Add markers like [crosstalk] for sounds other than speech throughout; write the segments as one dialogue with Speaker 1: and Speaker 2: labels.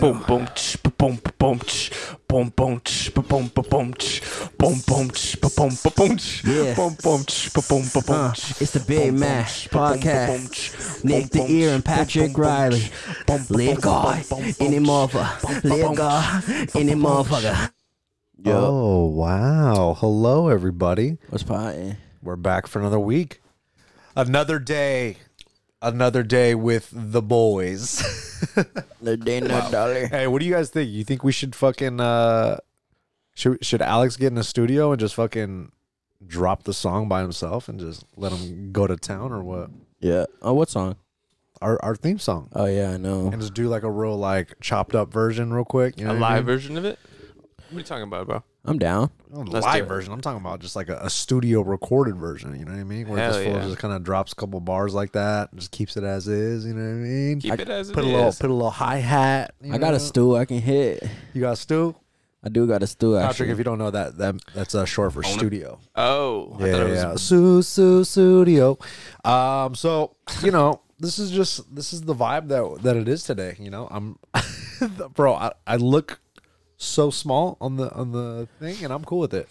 Speaker 1: Boom boom tsh ba boom ba boom tsh boom boom tsh ba boom ba boom tsh boom boom tsh ba boom ba boom tsh
Speaker 2: Yeah.
Speaker 1: boom boom tsh ba boom ba boom
Speaker 2: Uh,
Speaker 1: tsh
Speaker 2: it's the
Speaker 1: boom,
Speaker 2: Big
Speaker 1: boom,
Speaker 2: Mac
Speaker 1: tsh, ba, boom, ba,
Speaker 2: podcast.
Speaker 1: boom, tsh, boom,
Speaker 2: Nick the
Speaker 1: boom,
Speaker 2: Ear
Speaker 1: tsh,
Speaker 2: and
Speaker 1: boom,
Speaker 2: Patrick
Speaker 1: boom, boom,
Speaker 2: Riley.
Speaker 1: tsh, boom, ba,
Speaker 2: Live
Speaker 1: boom,
Speaker 2: God,
Speaker 1: boom, boom, boom,
Speaker 2: any
Speaker 1: tsh,
Speaker 2: motherfucker.
Speaker 1: boom,
Speaker 2: Live
Speaker 1: boom,
Speaker 2: God,
Speaker 1: tsh,
Speaker 2: any
Speaker 1: boom, boom, tsh.
Speaker 2: motherfucker.
Speaker 3: Oh, wow. Hello, everybody.
Speaker 2: What's potting?
Speaker 3: We're back for another week. Another day. Another day with the boys. [laughs]
Speaker 2: The dinner dollar.
Speaker 3: hey, what do you guys think? You think we should fucking uh should should Alex get in the studio and just fucking drop the song by himself and just let him go to town or what?
Speaker 2: Yeah. Oh, what song?
Speaker 3: Our our theme song.
Speaker 2: Oh yeah, I know.
Speaker 3: And just do like a real like chopped up version real quick. You know
Speaker 1: A
Speaker 3: what I
Speaker 1: live
Speaker 3: mean?
Speaker 1: version of it? What are you talking about, bro?
Speaker 2: I'm down.
Speaker 3: Not a
Speaker 1: Let's do
Speaker 3: live
Speaker 1: it.
Speaker 3: version. I'm talking about just like a, a studio recorded version. You know what I mean? Where
Speaker 1: Hell
Speaker 3: this fool
Speaker 1: yeah.
Speaker 3: just kind of drops a couple bars like that, and just keeps it as is. You know what I mean?
Speaker 1: Keep it as it
Speaker 3: put a little
Speaker 1: is.
Speaker 3: put a little hi hat.
Speaker 2: I got a stool I can hit.
Speaker 3: you got a stew.
Speaker 2: I do got a stool.
Speaker 3: Patrick, if
Speaker 2: Actually.
Speaker 3: you don't know that, that that's uh, short for studio.
Speaker 1: Oh, I
Speaker 3: Yeah,
Speaker 1: thought it
Speaker 3: yeah,
Speaker 1: was
Speaker 3: yeah. Su su studio. Um, so you know, this is just this is the vibe that that it is today. You know, I'm, [laughs] bro. I, I look so small on the on the thing, and I'm cool with it.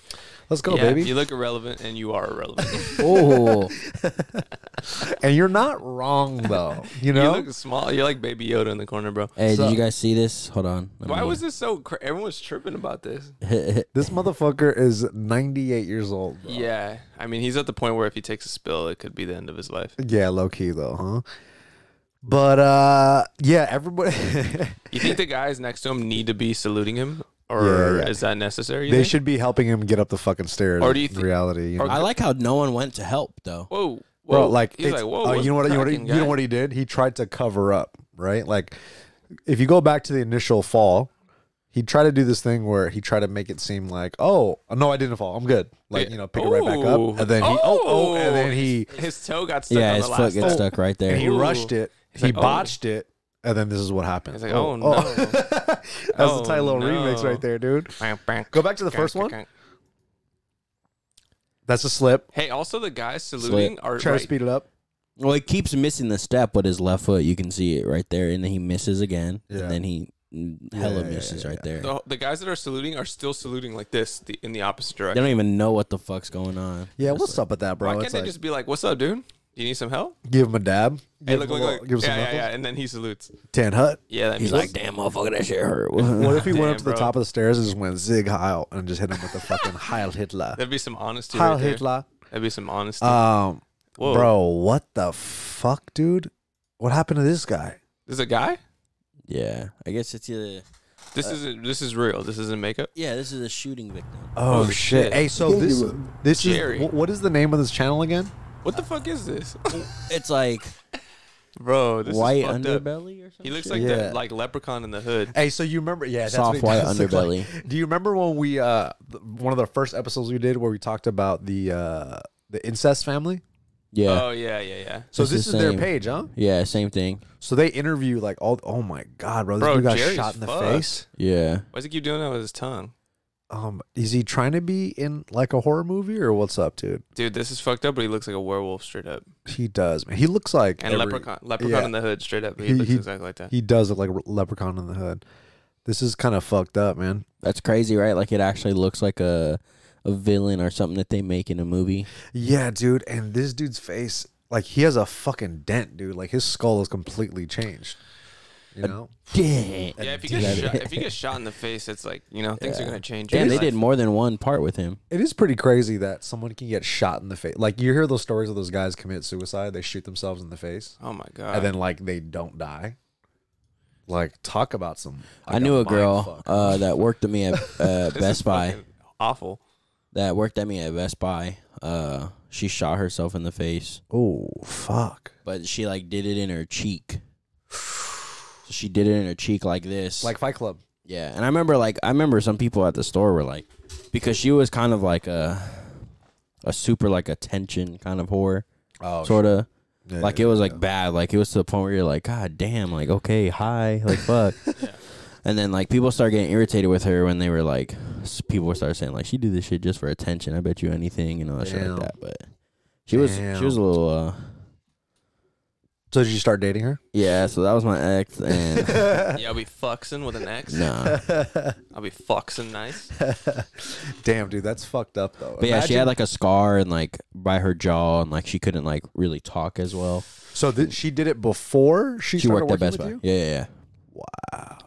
Speaker 3: Let's go,
Speaker 1: Yeah,
Speaker 3: baby.
Speaker 1: You look irrelevant, and you are
Speaker 3: [laughs]
Speaker 1: irrelevant.
Speaker 2: Oh,
Speaker 3: And you're
Speaker 1: [laughs]
Speaker 3: not wrong though. You
Speaker 1: you
Speaker 3: know,
Speaker 1: look small. You're like Baby Yoda in the corner, bro.
Speaker 2: hey,
Speaker 3: So-
Speaker 2: did you guys see this? Hold on. Let
Speaker 1: Why
Speaker 2: me-
Speaker 1: was this so? Cra- Everyone's tripping about this.
Speaker 3: [laughs] this motherfucker is 98 years old. Bro.
Speaker 1: Yeah, I mean, he's at the point where if he takes a spill, it could be the end of his life.
Speaker 3: Yeah, low key though, huh? But uh yeah, everybody [laughs]
Speaker 1: You think the guys next to him need to be saluting him, or
Speaker 3: Yeah, yeah.
Speaker 1: is that necessary? you
Speaker 3: they
Speaker 1: think?
Speaker 3: should be helping him get up the fucking stairs.
Speaker 1: Or do you
Speaker 3: in
Speaker 1: thi-
Speaker 3: reality? You
Speaker 1: or-
Speaker 3: know?
Speaker 2: I like how no one went to help though.
Speaker 1: Whoa, whoa!
Speaker 3: Bro, like,
Speaker 1: he's
Speaker 3: it's-
Speaker 1: like, whoa!
Speaker 3: oh, you know what? You know what, he, you know what he did? He tried to cover up, right? Like, if you go back to the initial fall, he tried to do this thing where he tried to make it seem like, oh, no, I didn't fall. I'm good. Like, you know, pick it right back up, and then he, oh, oh, and then he,
Speaker 1: his toe got stuck.
Speaker 2: Yeah,
Speaker 1: on
Speaker 2: his
Speaker 1: the
Speaker 2: foot
Speaker 1: last
Speaker 2: gets
Speaker 1: one.
Speaker 2: stuck right
Speaker 3: and
Speaker 2: there.
Speaker 3: he
Speaker 1: Ooh.
Speaker 3: rushed it.
Speaker 1: He's
Speaker 3: he
Speaker 1: like, oh.
Speaker 3: botched it, and then this is what happened.
Speaker 1: He's like, oh,
Speaker 3: [laughs] That's the tight little
Speaker 1: Oh,
Speaker 3: remix
Speaker 1: no.
Speaker 3: right there, dude.
Speaker 1: no.
Speaker 3: Go back to the first one. That's a slip.
Speaker 1: Hey, also the guys saluting are
Speaker 3: Try
Speaker 1: right,
Speaker 3: to speed it up.
Speaker 2: Well, he keeps missing the step with his left foot. You can see it right there, and then he misses again,
Speaker 3: Yeah.
Speaker 2: and then he mm, hella
Speaker 3: yeah,
Speaker 2: misses
Speaker 3: yeah,
Speaker 2: right there.
Speaker 1: the, the guys that are saluting are still saluting like this the, in the opposite
Speaker 2: They
Speaker 1: direction.
Speaker 2: don't even know what the fuck's going on.
Speaker 3: Yeah, what's up with that, bro?
Speaker 1: Why can't
Speaker 3: It's
Speaker 1: they
Speaker 3: like,
Speaker 1: just be like, "What's up, dude? Do you need some help?"
Speaker 3: give him a dab.
Speaker 1: Hey,
Speaker 3: Give
Speaker 1: look,
Speaker 3: him
Speaker 1: look,
Speaker 3: a little-
Speaker 1: look.
Speaker 3: Give him some
Speaker 1: yeah, yeah,
Speaker 3: knuckles.
Speaker 1: yeah. And then he salutes.
Speaker 3: Tan Hut.
Speaker 1: Yeah, that
Speaker 2: He's
Speaker 1: means
Speaker 2: like, damn, motherfucker, that shit
Speaker 3: [laughs]
Speaker 2: hurt. [laughs]
Speaker 3: What if he went
Speaker 1: Damn,
Speaker 3: up to the
Speaker 1: bro.
Speaker 3: top of the stairs and just went Zig Heil and just hit him with
Speaker 1: [laughs]
Speaker 3: the fucking Heil Hitler?
Speaker 1: That'd be some honesty.
Speaker 3: Heil
Speaker 1: right there. Oh.
Speaker 3: Hitler.
Speaker 1: That'd be some honesty.
Speaker 3: Um,
Speaker 1: Whoa.
Speaker 3: bro, what the fuck, dude? What happened to this guy?
Speaker 1: This is a guy.
Speaker 2: Yeah, I guess it's either.
Speaker 1: This
Speaker 3: Uh,
Speaker 1: is this is real. This isn't makeup.
Speaker 2: Yeah, this is a shooting victim.
Speaker 3: Oh,
Speaker 1: Oh,
Speaker 3: shit.
Speaker 1: shit.
Speaker 3: Hey, so this this
Speaker 1: Jerry.
Speaker 3: is wh- what is the name of this channel again?
Speaker 1: What
Speaker 3: uh,
Speaker 1: the fuck is
Speaker 3: [laughs]
Speaker 1: this,
Speaker 2: It's like
Speaker 1: [laughs] bro? This
Speaker 2: white
Speaker 1: is fucked Up.
Speaker 2: underbelly or something.
Speaker 1: He looks like
Speaker 3: Yeah.
Speaker 1: the like leprechaun in the hood.
Speaker 3: Hey, so you remember? Yeah, that's
Speaker 2: Soft
Speaker 3: what it
Speaker 2: white
Speaker 3: does [laughs] look like.
Speaker 2: underbelly.
Speaker 3: Do you remember when we uh th- one of the first episodes we did where we talked about the uh the incest family?
Speaker 2: Yeah,
Speaker 1: Oh yeah, yeah, yeah.
Speaker 3: So
Speaker 2: It's
Speaker 3: this
Speaker 2: the
Speaker 3: is their
Speaker 2: same.
Speaker 3: page, huh?
Speaker 2: yeah, same thing.
Speaker 3: So they interview like all. Oh my god, bro! This
Speaker 1: Bro,
Speaker 3: dude got
Speaker 1: Jerry's
Speaker 3: shot in the
Speaker 1: fucked.
Speaker 3: face.
Speaker 2: Yeah,
Speaker 1: Why does he keep doing that with his tongue,
Speaker 3: Um, is he trying to be in like a horror movie or what's up, dude?
Speaker 1: dude? This is fucked up. But he looks like a werewolf straight up,
Speaker 3: He does, man. He looks like
Speaker 1: and
Speaker 3: every-
Speaker 1: leprechaun, leprechaun
Speaker 3: yeah.
Speaker 1: in the hood straight up. He,
Speaker 3: He-
Speaker 1: looks
Speaker 3: he-
Speaker 1: exactly like that.
Speaker 3: He does look like a leprechaun in the hood. This is kind of fucked up, man.
Speaker 2: that's crazy, right? Like it actually looks like a a villain or something that they make in a movie.
Speaker 3: Yeah, dude. And this dude's face, like he has a fucking dent, dude. Like his skull is completely changed. You know,
Speaker 2: Damn.
Speaker 1: yeah, if you
Speaker 2: Dude,
Speaker 1: get
Speaker 2: that-
Speaker 1: shot, if you get shot in the face, it's like you know things are
Speaker 2: Yeah.
Speaker 1: gonna change.
Speaker 2: Damn,
Speaker 1: your
Speaker 2: they
Speaker 1: life.
Speaker 2: did more than one part with him.
Speaker 3: it is pretty crazy that someone can get shot in the face. Like you hear those stories of those guys commit suicide, they shoot themselves in the face.
Speaker 1: Oh my
Speaker 2: Uh.
Speaker 1: god.
Speaker 3: and then like they don't die. Like talk about some.
Speaker 2: I
Speaker 3: like,
Speaker 2: knew a
Speaker 3: mind
Speaker 2: girl
Speaker 3: fuck.
Speaker 2: uh, that worked at me at uh,
Speaker 1: [laughs] This is
Speaker 2: Best Buy.
Speaker 1: fucking Awful.
Speaker 2: That worked at me at Best Buy. Uh, she shot herself in the face,
Speaker 3: oh fuck!
Speaker 2: but she like did it in her cheek. So she did it in her cheek like this.
Speaker 3: Like Fight Club.
Speaker 2: Yeah, and I remember like I remember some people at the store were like, because she was kind of like a, a super like attention kind of whore,
Speaker 3: Oh,
Speaker 2: sort of.
Speaker 3: Yeah,
Speaker 2: like it was like bad. Like it was to the point where you're like, God damn, like okay, hi,
Speaker 3: [laughs]
Speaker 2: like fuck. And then like people start getting irritated with her when they were like, s- people started saying like she did this shit just for attention. I bet you anything and all that shit
Speaker 3: Damn.
Speaker 2: uh, like that. But she was she was a
Speaker 3: Damn.
Speaker 2: little uh,
Speaker 3: So did you start dating her?
Speaker 2: Yeah, so that was my
Speaker 3: [laughs]
Speaker 2: ex, and
Speaker 4: Yeah, I'll be fuxing with an X.
Speaker 2: nah.
Speaker 4: I'll be fuxing nice.
Speaker 3: Damn, dude, that's fucked up though.
Speaker 2: But yeah, she had
Speaker 3: Imagine-
Speaker 2: like a scar and like by her jaw, and like she couldn't like really talk as well.
Speaker 3: so th- she did it before she,
Speaker 2: She
Speaker 3: started
Speaker 2: worked at
Speaker 3: working
Speaker 2: Best
Speaker 3: with
Speaker 2: Buy.
Speaker 3: you?
Speaker 2: Yeah, yeah, yeah. Wow.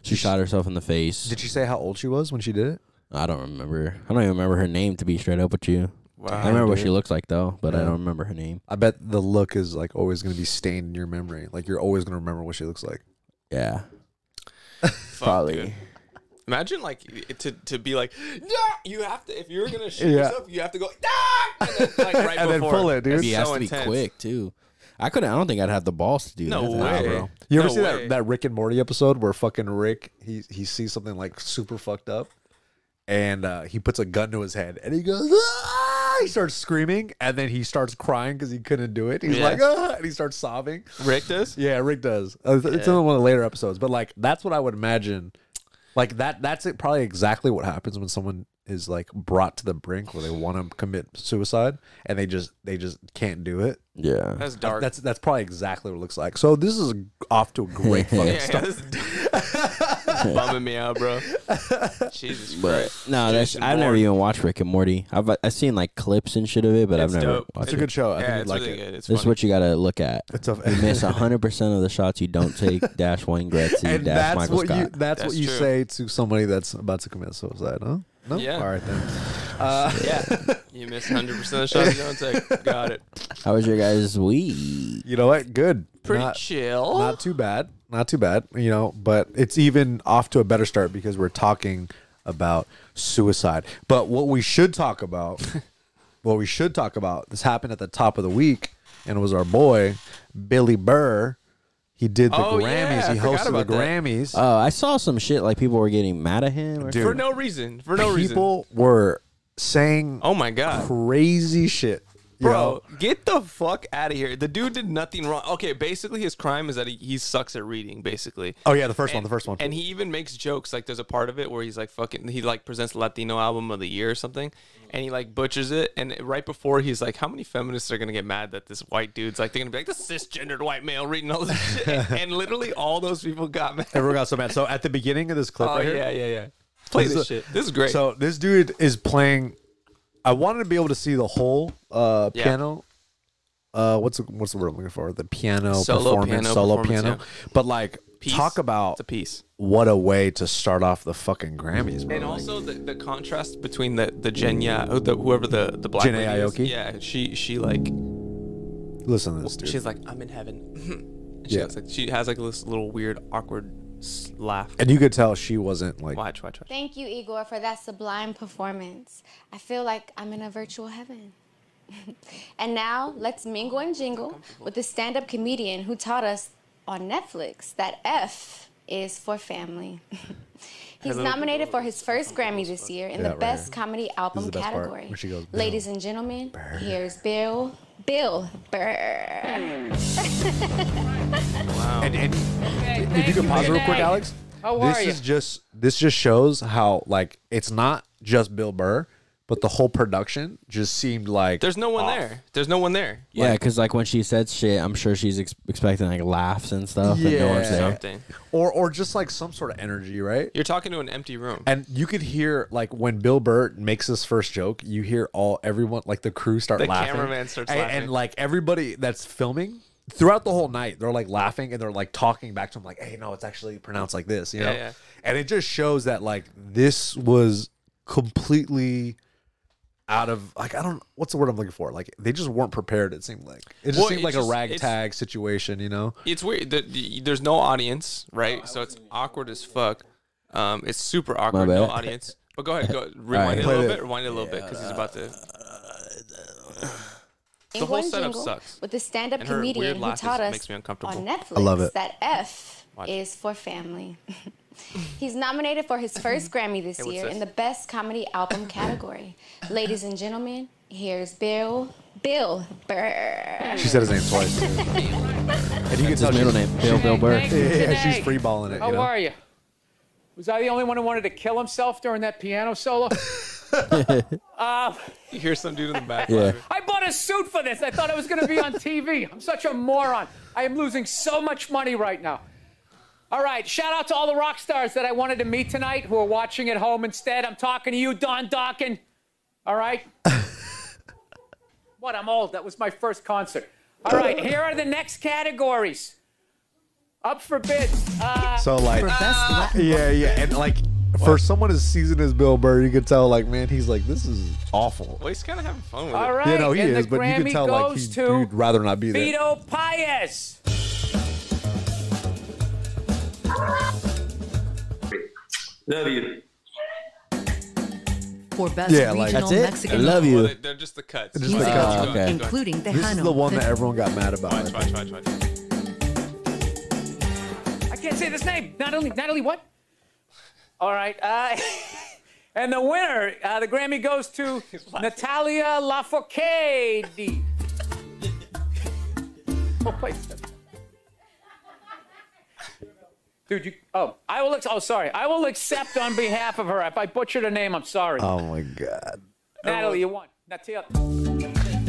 Speaker 2: She shot herself in the face.
Speaker 3: Did she say how old she was when she did it?
Speaker 2: I don't remember. I don't even remember her name to be straight up with you.
Speaker 4: Wow.
Speaker 2: I remember what she looked like though, but I
Speaker 3: Yeah.
Speaker 2: don't remember her name.
Speaker 3: I bet the look is like always going to be stained in your memory. Like you're always going to remember what she looks like.
Speaker 2: Yeah.
Speaker 4: Fuck, dude.
Speaker 2: Probably.
Speaker 4: Imagine like it- to to be like, nah! you have to if you're gonna shoot
Speaker 3: Yeah.
Speaker 4: yourself, you have to go, nah! and then, like
Speaker 3: [laughs]
Speaker 4: right
Speaker 3: And then
Speaker 4: before.
Speaker 3: pull it, dude.
Speaker 4: That'd
Speaker 2: He
Speaker 4: be
Speaker 2: has
Speaker 4: so
Speaker 2: to be
Speaker 4: intense.
Speaker 2: quick too. I couldn't I don't think I'd have the balls to do
Speaker 4: No
Speaker 2: that.
Speaker 4: way.
Speaker 3: bro. You ever
Speaker 4: No
Speaker 3: see
Speaker 4: way.
Speaker 3: that, that Rick and Morty episode where fucking Rick he he sees something like super fucked up, and uh, he puts a gun to his head and he goes, ah! he starts screaming and then he starts crying because he couldn't do it. He's
Speaker 4: Yeah.
Speaker 3: like, ah! and he starts sobbing.
Speaker 4: Rick does.
Speaker 3: Yeah, Rick does. Uh, It's it's in one of the later episodes, but like that's what I would imagine. Like that that's it probably exactly what happens when someone is like brought to the brink where they want to commit suicide and they just they just can't do it.
Speaker 2: Yeah.
Speaker 4: That's dark.
Speaker 3: That's that's probably exactly what it looks like. So this is off to a
Speaker 4: [laughs]
Speaker 3: great fucking
Speaker 4: yeah, [laughs] yeah, this
Speaker 3: [laughs]
Speaker 4: is bumming me out, bro. Jesus
Speaker 2: But
Speaker 4: Christ.
Speaker 2: no, that's
Speaker 4: Jason
Speaker 2: I've never
Speaker 4: Bourne.
Speaker 2: even watched Rick and Morty. I've uh, I've seen like clips and shit of it, but
Speaker 4: It's
Speaker 2: I've never
Speaker 4: dope.
Speaker 2: watched
Speaker 3: It's a
Speaker 2: it.
Speaker 3: good show. I
Speaker 4: Yeah,
Speaker 3: think you'd
Speaker 4: it's
Speaker 3: like
Speaker 4: really
Speaker 3: it.
Speaker 4: good. It's
Speaker 2: This is
Speaker 4: funny.
Speaker 2: what you gotta look at.
Speaker 3: It's a,
Speaker 2: You
Speaker 3: [laughs]
Speaker 2: miss hundred percent of the shots you don't
Speaker 4: [laughs]
Speaker 2: take. Dash Wayne Gretzky.
Speaker 3: and
Speaker 2: Dash
Speaker 3: that's
Speaker 2: Michael
Speaker 3: what you
Speaker 2: Scott.
Speaker 3: that's, what
Speaker 4: That's
Speaker 3: you
Speaker 4: true.
Speaker 3: say to somebody that's about to commit suicide, huh? No.
Speaker 4: Yeah.
Speaker 3: All right then. [laughs]
Speaker 4: yeah, [laughs] you missed 100 percent of the shots you don't take. Got it.
Speaker 2: How was your guys' week?
Speaker 3: You know what? Good.
Speaker 4: Pretty
Speaker 3: Not-
Speaker 4: chill.
Speaker 3: Not too bad. Not too bad, you know, but it's even off to a better start because we're talking about suicide. But what we should talk
Speaker 4: [laughs]
Speaker 3: about, what we should talk about, this happened at the top of the week and it was our boy, Billy Burr. He did the
Speaker 4: Oh,
Speaker 3: Grammys.
Speaker 4: yeah, I
Speaker 3: he
Speaker 4: forgot
Speaker 3: hosted the
Speaker 4: about that.
Speaker 3: Grammys.
Speaker 2: Oh, I saw some shit like people were getting mad at him. Or
Speaker 3: Dude.
Speaker 4: for no reason. For no reason.
Speaker 3: People were saying
Speaker 4: Oh my god.
Speaker 3: crazy shit. you know?
Speaker 4: Bro, get the fuck out of here. The dude did nothing wrong. Okay, basically his crime is that he, he sucks at reading, basically.
Speaker 3: Oh yeah, the first one, the first one.
Speaker 4: And he even makes jokes. Like there's a part of it where he's like fucking he like presents Latino album of the year or something. And he like butchers it. And right before he's like, How many feminists are gonna get mad that this white dude's like they're gonna be like this cisgendered white male reading all this
Speaker 3: [laughs]
Speaker 4: shit? and literally all those people got mad.
Speaker 3: Everyone got so mad. So at the beginning of this clip,
Speaker 4: Oh
Speaker 3: right here,
Speaker 4: yeah, yeah, yeah. Play
Speaker 3: This
Speaker 4: this
Speaker 3: is-
Speaker 4: shit. This is great.
Speaker 3: So this dude is playing. I wanted to be able to see the whole uh,
Speaker 4: Yeah.
Speaker 3: piano. Uh, what's the, what's the word I'm looking for? The piano
Speaker 4: Solo
Speaker 3: performance,
Speaker 4: piano
Speaker 3: solo
Speaker 4: performance,
Speaker 3: piano.
Speaker 4: yeah.
Speaker 3: But like,
Speaker 4: Piece.
Speaker 3: talk about
Speaker 4: it's a piece.
Speaker 3: what a way to start off the fucking Grammys, bro.
Speaker 4: And also the, the contrast between the the Jenya, who- the, whoever the the black
Speaker 3: Jhené
Speaker 4: lady is.
Speaker 3: Aoki?
Speaker 4: yeah, she she like
Speaker 3: Listen to this dude.
Speaker 4: she's like I'm in heaven. [laughs] and she
Speaker 3: Yeah.
Speaker 4: looks like she has like this little weird awkward s- laugh.
Speaker 3: and you could tell she wasn't like.
Speaker 4: Watch, watch, watch.
Speaker 5: Thank you, Igor, for that sublime performance. I feel like I'm in a virtual heaven. [laughs] and now let's mingle and jingle with the stand up comedian who taught us on Netflix that F is for family. [laughs] He's nominated for his first Grammy this year in
Speaker 3: Yeah,
Speaker 5: the
Speaker 3: right
Speaker 5: Best
Speaker 3: here.
Speaker 5: Comedy Album
Speaker 3: the best part,
Speaker 5: category.
Speaker 3: when she goes, Bill.
Speaker 5: Ladies and gentlemen, here's Bill. Bill Burr.
Speaker 3: And, and
Speaker 6: Okay,
Speaker 3: if you
Speaker 6: thank
Speaker 3: could pause
Speaker 6: Good
Speaker 3: real quick,
Speaker 6: night.
Speaker 3: Alex.
Speaker 6: How
Speaker 3: this
Speaker 6: are
Speaker 3: is
Speaker 6: ya?
Speaker 3: just this just shows how like it's not just Bill Burr, but the whole production just seemed like
Speaker 4: There's no one there. There's no one there.
Speaker 2: Yeah, because like when she said shit, I'm sure she's ex- expecting like laughs and stuff. Yeah. And no one's
Speaker 3: Yeah.
Speaker 2: there.
Speaker 4: Something.
Speaker 3: or or just like some sort of energy, right?
Speaker 4: You're talking to an empty room.
Speaker 3: And you could hear like when Bill Burr makes his first joke, you hear all everyone like the crew start
Speaker 4: The
Speaker 3: laughing.
Speaker 4: cameraman starts
Speaker 3: and,
Speaker 4: laughing.
Speaker 3: and like everybody that's filming throughout the whole night, they're like laughing and they're like talking back to him like, "Hey, no, it's actually pronounced like this," you know.
Speaker 4: yeah.
Speaker 3: And it just shows that like this was completely out of like I don't what's the word I'm looking for? Like they just weren't prepared. It seemed like it just
Speaker 4: Well,
Speaker 3: seemed
Speaker 4: it
Speaker 3: like
Speaker 4: just-
Speaker 3: a
Speaker 4: it's-
Speaker 3: ragtag situation, you know.
Speaker 4: It's weird. that y- There's no audience, right? so it's awkward as fuck. Um, it's super awkward. No
Speaker 2: bad.
Speaker 4: audience. But go ahead. Go rewind it a
Speaker 3: Play
Speaker 4: little
Speaker 3: the-
Speaker 4: bit. Rewind it a little bit because he's about to. [sighs]
Speaker 5: The
Speaker 4: whole setup sucks.
Speaker 5: With the stand-up
Speaker 4: And her weird
Speaker 5: comedian who
Speaker 4: laugh is-
Speaker 5: taught us
Speaker 4: makes me uncomfortable.
Speaker 5: on Netflix
Speaker 3: I love it.
Speaker 5: that F is for family. [laughs] He's nominated for his
Speaker 4: [laughs]
Speaker 5: first Grammy this
Speaker 4: what's
Speaker 5: year in the
Speaker 4: this?
Speaker 5: Best Comedy Album category. Ladies and gentlemen, here's Bill Bill Burr.
Speaker 3: She said his name twice. too. and you can
Speaker 2: It's
Speaker 3: tell
Speaker 2: his middle
Speaker 3: she's-
Speaker 2: name, Bill Bill Burr.
Speaker 6: Thank you.
Speaker 3: Yeah,
Speaker 6: Good
Speaker 3: she's
Speaker 6: night.
Speaker 3: free balling it.
Speaker 6: How
Speaker 3: you know? [laughs]
Speaker 6: are you? Was I the only one who wanted to kill himself during that piano solo?
Speaker 4: You hear some dude in the back.
Speaker 2: Yeah.
Speaker 4: laughing.
Speaker 6: I bought a suit for this. I thought I was going to be on TV. I'm such a moron. I am losing so much money right now. All right, shout out to all the rock stars that I wanted to meet tonight who are watching at home instead. I'm talking to you, Don Dawkin. All
Speaker 3: [laughs]
Speaker 6: right? what, I'm old. That was my first concert. All right, here are the next categories. Up for bids. Uh,
Speaker 3: So like,
Speaker 7: Best Latin.
Speaker 3: yeah, yeah, and like for someone as seasoned as Bill Burr, you could tell like, man, he's like, this is awful.
Speaker 4: Well, he's kind of having fun with
Speaker 6: all
Speaker 4: it.
Speaker 6: right,
Speaker 3: Yeah, no, he
Speaker 6: and
Speaker 3: is,
Speaker 6: the
Speaker 3: but
Speaker 6: Grammy
Speaker 3: you can tell like
Speaker 6: goes
Speaker 3: he,
Speaker 6: to
Speaker 3: would rather not be there.
Speaker 6: Vito Paez.
Speaker 8: Love you.
Speaker 7: For best
Speaker 3: Yeah, like-
Speaker 7: regional
Speaker 2: That's it? I
Speaker 7: Mexican
Speaker 2: love
Speaker 4: Well,
Speaker 2: you.
Speaker 4: they- they're just the cuts.
Speaker 3: Just the
Speaker 7: music,
Speaker 3: Like, cuts. uh,
Speaker 4: Keep going, keep going.
Speaker 7: including the
Speaker 3: This is the one that everyone got mad about. I
Speaker 4: Watch,
Speaker 3: think.
Speaker 4: watch, watch, watch.
Speaker 6: I can't say this name. Not only, not only what? All right. Uh, [laughs] and the winner, uh, the Grammy goes to Natalia Lafourcade. [laughs] oh, please. Dude, you. Oh, I will. Ex- oh, sorry. I will accept on behalf of her. If I butchered her name, I'm sorry.
Speaker 3: Oh my god,
Speaker 6: Natalie, you won. Natalia.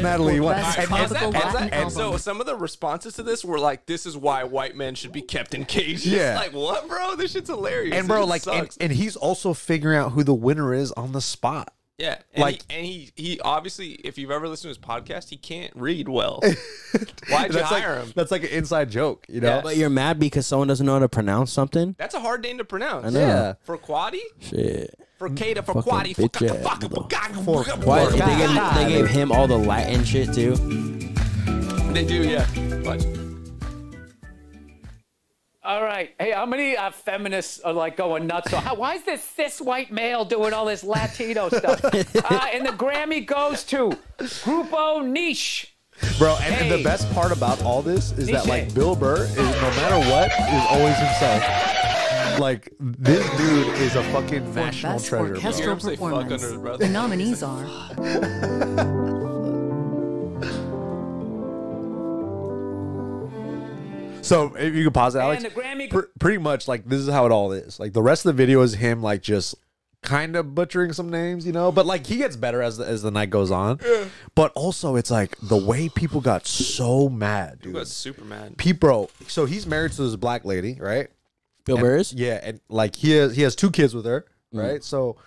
Speaker 3: Natalie, what?
Speaker 7: Best
Speaker 3: And-
Speaker 4: Is that-
Speaker 7: tropical
Speaker 4: is that-
Speaker 7: Latin
Speaker 4: and so
Speaker 7: album.
Speaker 4: some of the responses to this were like, "This is why white men should be kept in cages."
Speaker 3: Yeah.
Speaker 4: [laughs] like what, bro? This shit's hilarious.
Speaker 3: and
Speaker 4: It
Speaker 3: bro,
Speaker 4: just
Speaker 3: like, and,
Speaker 4: sucks.
Speaker 3: and he's also figuring out who the winner is on the spot.
Speaker 4: yeah, and
Speaker 3: like-
Speaker 4: he, and he he obviously, if you've ever listened to his podcast, he can't read
Speaker 3: [laughs]
Speaker 4: well. Why'd you
Speaker 3: that's
Speaker 4: hire
Speaker 3: like,
Speaker 4: him?
Speaker 3: That's like an inside joke, you know.
Speaker 2: But you're mad because someone doesn't know how to pronounce something?
Speaker 4: That's a hard name to pronounce.
Speaker 2: know. Yeah.
Speaker 4: for Quadi,
Speaker 2: Shit.
Speaker 4: for Kada, for
Speaker 2: Fucking
Speaker 4: Quadi, for
Speaker 2: bitch
Speaker 4: Kaka,
Speaker 2: ass,
Speaker 4: Faka,
Speaker 2: though.
Speaker 4: Bugaka,
Speaker 2: Why,
Speaker 4: Bugaka,
Speaker 2: they, gave, they gave him all the Latin shit too.
Speaker 4: Bugaka. They do, yeah. Watch.
Speaker 6: All right. Hey, how many uh, feminists are like going nuts? on- How, why is this cis white male doing all this Latino
Speaker 3: [laughs]
Speaker 6: stuff? Uh, and the Grammy goes to Grupo Niche.
Speaker 3: Bro, and, and
Speaker 6: Hey.
Speaker 3: the best part about all this is that
Speaker 6: Niche.
Speaker 3: like Bill Burr is no matter what is always himself. Like this dude is a fucking national
Speaker 7: Best
Speaker 3: treasure. bro.
Speaker 7: orchestral
Speaker 4: Hear him say fuck
Speaker 7: performance.
Speaker 4: under his breath.
Speaker 7: The nominees are
Speaker 3: So if you could pause it, Alex.
Speaker 6: And the Grammy-
Speaker 3: pr- pretty much like this is how it all is. Like the rest of the video is him like just kind of butchering some names, you know. But like he gets better as the, as the night goes on. But also it's like the way people got so mad,
Speaker 4: He
Speaker 3: dude.
Speaker 4: was super mad.
Speaker 3: Pe- bro, so he's married to this black lady, right?
Speaker 2: Bill Burrs?
Speaker 3: Yeah, and like he has he has two kids with her, right? So,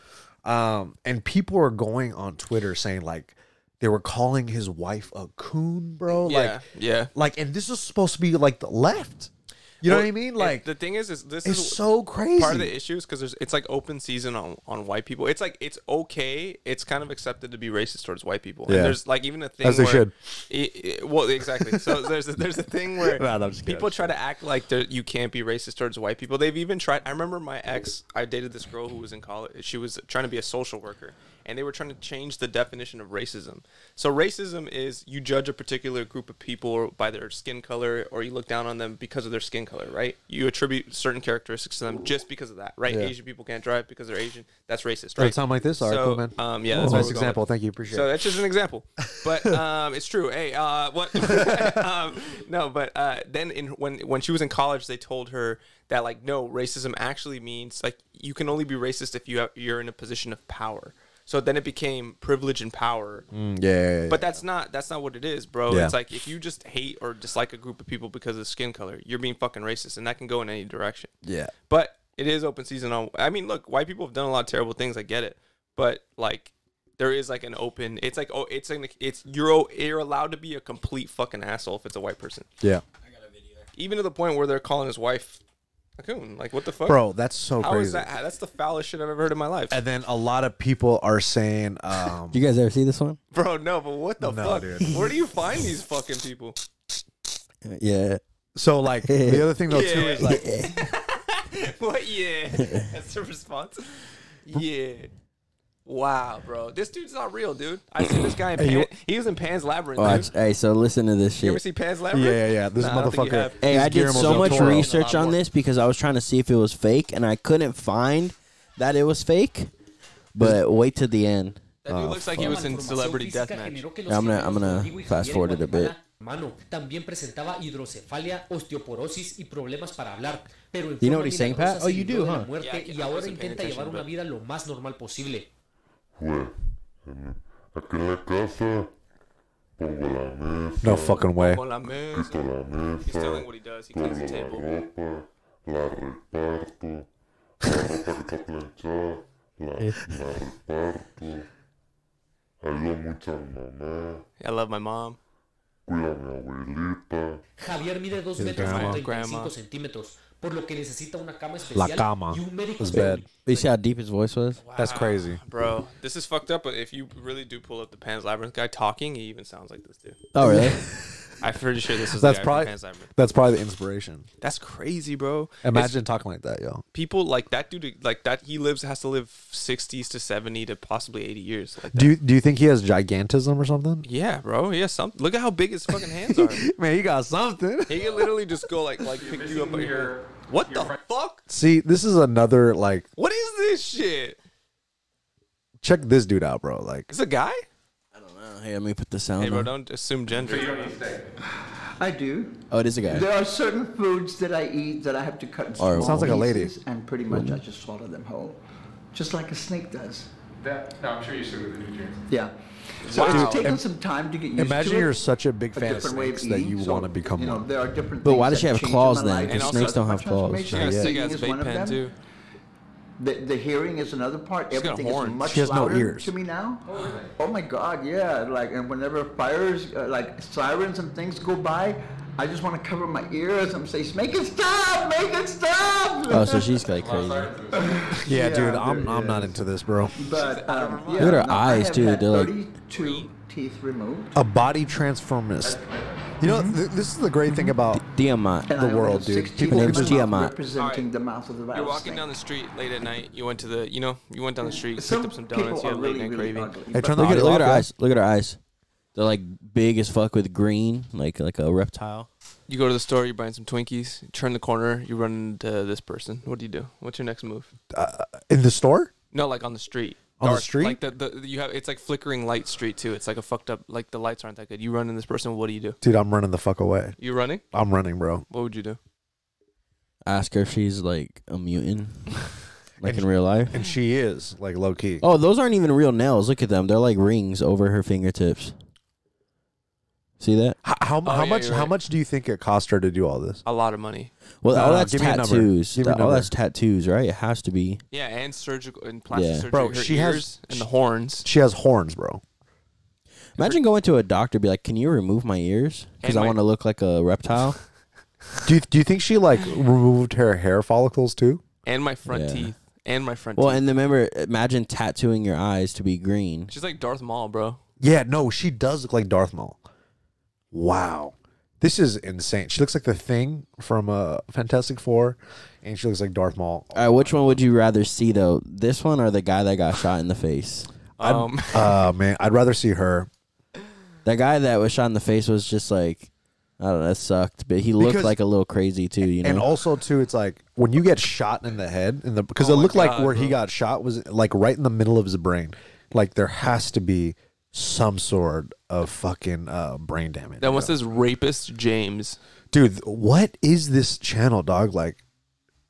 Speaker 3: um, and people are going on Twitter saying like they were calling his wife a coon, bro.
Speaker 4: Yeah,
Speaker 3: Like,
Speaker 4: yeah.
Speaker 3: like, and this is supposed to be like the left. You know
Speaker 4: Well,
Speaker 3: what I mean?
Speaker 4: it-
Speaker 3: Like,
Speaker 4: the thing is, is this
Speaker 3: it's
Speaker 4: is
Speaker 3: so crazy.
Speaker 4: part of the issue is because there's it's like open season on on white people. It's like it's okay. It's kind of accepted to be racist towards white people.
Speaker 3: Yeah.
Speaker 4: And there's like even a thing
Speaker 3: As they
Speaker 4: where,
Speaker 3: should.
Speaker 4: I- I- well, exactly. So there's a, there's a thing where
Speaker 3: Nah, I'm just kidding.
Speaker 4: people try to act like they're- you can't be racist towards white people. They've even tried. I remember my ex. I dated this girl who was in college. She was trying to be a social worker, and they were trying to change the definition of racism. So racism is you judge a particular group of people by their skin color, or you look down on them because of their skin color, right? You attribute certain characteristics to them just because of that, right? Asian people can't drive because they're Asian. That's racist, right?
Speaker 3: sound like this? All right,
Speaker 4: So,
Speaker 3: cool, man.
Speaker 4: Um, yeah,
Speaker 3: Oh,
Speaker 4: that's what
Speaker 3: nice
Speaker 4: we're going
Speaker 3: example.
Speaker 4: with.
Speaker 3: Thank you. Appreciate
Speaker 4: So
Speaker 3: it.
Speaker 4: that's just an example,
Speaker 3: [laughs]
Speaker 4: but um, it's true. Hey, uh, what? [laughs] um, no, but uh, then in when when she was in college, they told her that like no, racism actually means like you can only be racist if you have, you're in a position of power. So then it became privilege and power.
Speaker 3: yeah, Mm, yeah, yeah.
Speaker 4: But that's not that's not what it is, bro.
Speaker 3: Yeah.
Speaker 4: It's like if you just hate or dislike a group of people because of skin color, you're being fucking racist, and that can go in any direction.
Speaker 3: Yeah.
Speaker 4: But it is open season on. I mean, look, white people have done a lot of terrible things. I get it, but like, there is like an open. It's like oh, it's an it's you're o- you're allowed to be a complete fucking asshole if it's a white person,
Speaker 3: yeah,
Speaker 4: even to the point where they're calling his wife a coon. Like what the fuck,
Speaker 3: bro, that's so
Speaker 4: How
Speaker 3: crazy.
Speaker 4: is that? That's the foulest shit I've ever heard in my life,
Speaker 3: And then a lot of people are saying, [laughs] um,
Speaker 2: You guys ever see this one?
Speaker 4: bro. No, but what the
Speaker 3: No,
Speaker 4: fuck?
Speaker 3: dude.
Speaker 4: Where do you find these fucking people? [laughs]
Speaker 2: Yeah.
Speaker 3: so like the other thing though too
Speaker 4: Yeah.
Speaker 3: is like [laughs]
Speaker 4: What? Yeah. That's the response. Yeah. Wow, bro. This dude's not real, dude. I seen this guy in Pan. He was in Pan's Labyrinth.
Speaker 3: Oh,
Speaker 2: Watch.
Speaker 4: Dude.
Speaker 2: Oh, Hey, so listen to this
Speaker 4: You ever
Speaker 2: shit.
Speaker 4: see Pan's Labyrinth?
Speaker 3: Yeah, yeah, yeah. This
Speaker 4: Nah, I don't think you
Speaker 3: motherfucker.
Speaker 4: have.
Speaker 2: Hey,
Speaker 3: is
Speaker 2: I did
Speaker 3: Guillermo
Speaker 2: so
Speaker 3: del
Speaker 2: much
Speaker 3: Toro.
Speaker 2: research on
Speaker 4: more.
Speaker 2: this because I was trying to see if it was fake, and I couldn't find that it was fake. But wait till the end.
Speaker 4: That
Speaker 3: Oh,
Speaker 4: dude looks like he was in Celebrity Deathmatch.
Speaker 2: Yeah, I'm gonna- I'm gonna fast forward it a bit.
Speaker 9: Mano también presentaba hidrocefalia, osteoporosis y problemas para hablar, pero en
Speaker 2: You
Speaker 9: forma
Speaker 2: know what he's saying,
Speaker 9: milagrosa
Speaker 2: Pat? Oh,
Speaker 9: se
Speaker 2: you
Speaker 9: libró
Speaker 2: do,
Speaker 9: de la
Speaker 2: huh?
Speaker 9: muerte
Speaker 4: Yeah, I
Speaker 9: y
Speaker 4: wasn't
Speaker 9: ahora
Speaker 4: paying
Speaker 9: intenta
Speaker 4: attention,
Speaker 9: llevar una
Speaker 4: but-
Speaker 9: vida lo más normal posible.
Speaker 7: güey. en- Aquí en la casa pongo la mesa,
Speaker 3: [laughs] No fucking way.
Speaker 4: Hola, man.
Speaker 7: quito la
Speaker 4: He's telling
Speaker 7: mesa,
Speaker 4: what he does. He cleans
Speaker 7: doblo
Speaker 4: the
Speaker 7: la
Speaker 4: table.
Speaker 7: ropa, la reparto, la ropa que está planchada, la,
Speaker 3: Eh.
Speaker 7: la reparto, ayudo mucho a mi mamá,
Speaker 4: I love my mom.
Speaker 7: cuido a mi abuelita,
Speaker 9: Javier mide 2 metros
Speaker 3: grandma.
Speaker 9: con 35
Speaker 4: Grandma.
Speaker 9: centímetros, por lo que necesita una cama especial
Speaker 3: cama.
Speaker 9: y un médico.
Speaker 3: It's bad.
Speaker 2: You see how deep his voice was?
Speaker 3: That's crazy.
Speaker 4: Bro, this is fucked up, but if you really do pull up the Pan's Labyrinth guy talking, he even sounds like this dude.
Speaker 2: Oh, [laughs] really?
Speaker 4: I'm pretty sure this is
Speaker 3: That's
Speaker 4: the guy from
Speaker 3: probably
Speaker 4: Pan's Labyrinth.
Speaker 3: that's probably the inspiration.
Speaker 4: That's crazy, bro.
Speaker 3: Imagine talking like that, yo.
Speaker 4: people like that dude like that he lives has to live 60s to 70 to possibly 80 years like
Speaker 3: Do you, do you think he has gigantism or something?
Speaker 4: yeah bro yeah some look at how big his fucking
Speaker 3: [laughs]
Speaker 4: hands are he
Speaker 3: Man, you got something.
Speaker 4: can literally just go like like pick you up at your what the fuck
Speaker 3: [laughs] See, this is another like
Speaker 4: what is this shit
Speaker 3: check this dude out, bro. Like
Speaker 4: is a guy
Speaker 2: Uh, Hey, let me put the sound
Speaker 4: hey bro
Speaker 2: on.
Speaker 4: don't assume gender
Speaker 10: I do.
Speaker 2: Oh, it is a guy.
Speaker 10: There are certain foods that I eat that I have to cut in
Speaker 2: Or-
Speaker 10: small
Speaker 3: Sounds like a lady.
Speaker 10: pieces, and pretty much I just swallow them whole, just like a snake does.
Speaker 11: That, no, I'm sure you should with the nutrients.
Speaker 10: Yeah. So it's taken some time to get used
Speaker 3: imagine
Speaker 10: to it,
Speaker 3: you're such a big
Speaker 10: a
Speaker 3: fan of
Speaker 10: different way
Speaker 3: snakes that
Speaker 10: eating,
Speaker 3: you
Speaker 10: so,
Speaker 3: want to become
Speaker 10: you know,
Speaker 3: one.
Speaker 10: There are different
Speaker 2: But why
Speaker 10: things
Speaker 2: does she
Speaker 10: that
Speaker 2: have
Speaker 10: change
Speaker 2: claws
Speaker 10: in my
Speaker 2: then?
Speaker 10: life.
Speaker 2: Because
Speaker 4: And also-
Speaker 2: snakes don't have
Speaker 10: My
Speaker 2: claws.
Speaker 10: transformation
Speaker 4: yeah,
Speaker 10: is
Speaker 4: sick
Speaker 10: eating
Speaker 4: ass
Speaker 10: is one
Speaker 4: vape
Speaker 10: of
Speaker 4: pen
Speaker 10: them.
Speaker 4: too
Speaker 10: The, the hearing is another part.
Speaker 4: She's got a
Speaker 10: Everything
Speaker 4: horn.
Speaker 10: is much
Speaker 3: She has no
Speaker 10: louder
Speaker 3: ears.
Speaker 10: to me now. Oh my God, yeah. Like, and whenever fires, uh, like sirens and things go by, I just want to cover my ears and say, "Make it stop! Make it stop!"
Speaker 2: Oh, so she's like crazy. Look
Speaker 3: yeah, dude,
Speaker 10: Yeah,
Speaker 3: I'm
Speaker 10: there
Speaker 3: I'm not into this, bro.
Speaker 10: But um, yeah,
Speaker 2: at her
Speaker 10: no, I
Speaker 2: eyes
Speaker 10: have
Speaker 2: too.
Speaker 10: had
Speaker 2: They're like
Speaker 10: 32 teeth removed.
Speaker 3: A body transformist. You know,
Speaker 10: Mm-hmm.
Speaker 3: th- this is the great thing about
Speaker 2: Diamant.
Speaker 10: And I only
Speaker 3: world,
Speaker 10: have
Speaker 3: dude.
Speaker 10: 16
Speaker 3: People
Speaker 10: in
Speaker 2: name's
Speaker 10: my mouth
Speaker 2: Tiamat.
Speaker 10: Representing the mouth of the
Speaker 4: you're
Speaker 10: rattlesnake.
Speaker 4: walking down the street late at night you went to the you know you went down the street
Speaker 10: Some
Speaker 4: picked up some
Speaker 10: people
Speaker 4: donuts you
Speaker 10: are
Speaker 4: had late
Speaker 10: really,
Speaker 4: night
Speaker 10: really
Speaker 4: craving
Speaker 10: ugly.
Speaker 3: Hey,
Speaker 10: but
Speaker 3: turn the
Speaker 2: at,
Speaker 3: audio
Speaker 2: look at her
Speaker 3: off,
Speaker 2: eyes. Look at her eyes. They're like big as fuck with green, like like a reptile.
Speaker 4: you go to the store you're buying some twinkies you turn the corner you run into this person what do you do what's your next move
Speaker 3: yo. uh, in the store.
Speaker 4: No, like on the street.
Speaker 3: On the
Speaker 4: Dark,
Speaker 3: street?
Speaker 4: like the, the you have it's like flickering light street too. It's like a fucked up like the lights aren't that good. You run in this person, what do you do?
Speaker 3: Dude, I'm running the fuck away.
Speaker 4: You running?
Speaker 3: I'm running, bro.
Speaker 4: What would you do?
Speaker 2: Ask her if she's like a
Speaker 3: [laughs]
Speaker 2: mutant, like
Speaker 3: And
Speaker 2: in real
Speaker 3: [laughs]
Speaker 2: life.
Speaker 3: And she is like low key.
Speaker 2: Oh, those aren't even real nails. Look at them. They're like rings over her fingertips. See that?
Speaker 3: How how,
Speaker 4: Oh,
Speaker 3: how
Speaker 4: yeah,
Speaker 3: much
Speaker 4: you're
Speaker 3: how
Speaker 4: right.
Speaker 3: much do you think it cost her to do all this?
Speaker 4: A lot of money.
Speaker 2: Well,
Speaker 3: No,
Speaker 2: all
Speaker 3: no,
Speaker 2: that's
Speaker 3: give me a number.
Speaker 2: tattoos.
Speaker 3: Give me a
Speaker 2: Th- all
Speaker 3: number.
Speaker 2: that's tattoos, right? It has to be.
Speaker 4: Yeah, and surgical and plastic
Speaker 2: Yeah.
Speaker 4: surgery.
Speaker 3: Bro,
Speaker 4: her
Speaker 3: she has-
Speaker 4: ears and the horns.
Speaker 3: She has horns, bro.
Speaker 2: Imagine going to a doctor, be like, "Can you remove my ears? Because
Speaker 4: And
Speaker 2: I
Speaker 4: my-
Speaker 2: want to look like a
Speaker 3: [laughs]
Speaker 2: reptile."
Speaker 3: Do you, do you think she like [sighs] removed her hair follicles too?
Speaker 4: And my front
Speaker 2: Yeah.
Speaker 4: teeth. And my front
Speaker 2: well,
Speaker 4: teeth.
Speaker 2: and remember, imagine tattooing your eyes to be green.
Speaker 4: She's like Darth Maul, bro.
Speaker 3: Yeah, no, she does look like Darth Maul. Wow. This is insane. She looks like the thing from uh, Fantastic Four, and she looks like Darth [laughs] Maul.
Speaker 2: All right, Uh, which one would you rather see though? This one or the guy that got shot in the face? [laughs]
Speaker 4: Um
Speaker 3: Uh, man, I'd rather see her.
Speaker 2: The guy that was shot in the face was just like, I don't know, that sucked, but he looked
Speaker 3: Because-
Speaker 2: like a little crazy too, you know.
Speaker 3: And also, too, it's like when you get shot in the head, in the because
Speaker 4: Oh
Speaker 3: it
Speaker 4: my
Speaker 3: looked like
Speaker 4: God,
Speaker 3: where he
Speaker 4: bro.
Speaker 3: got shot was like right in the middle of his brain. Like there has to be some sort of fucking uh, brain damage.
Speaker 4: that one
Speaker 3: you know?
Speaker 4: says rapist James.
Speaker 3: dude, what is this channel, dog? Like,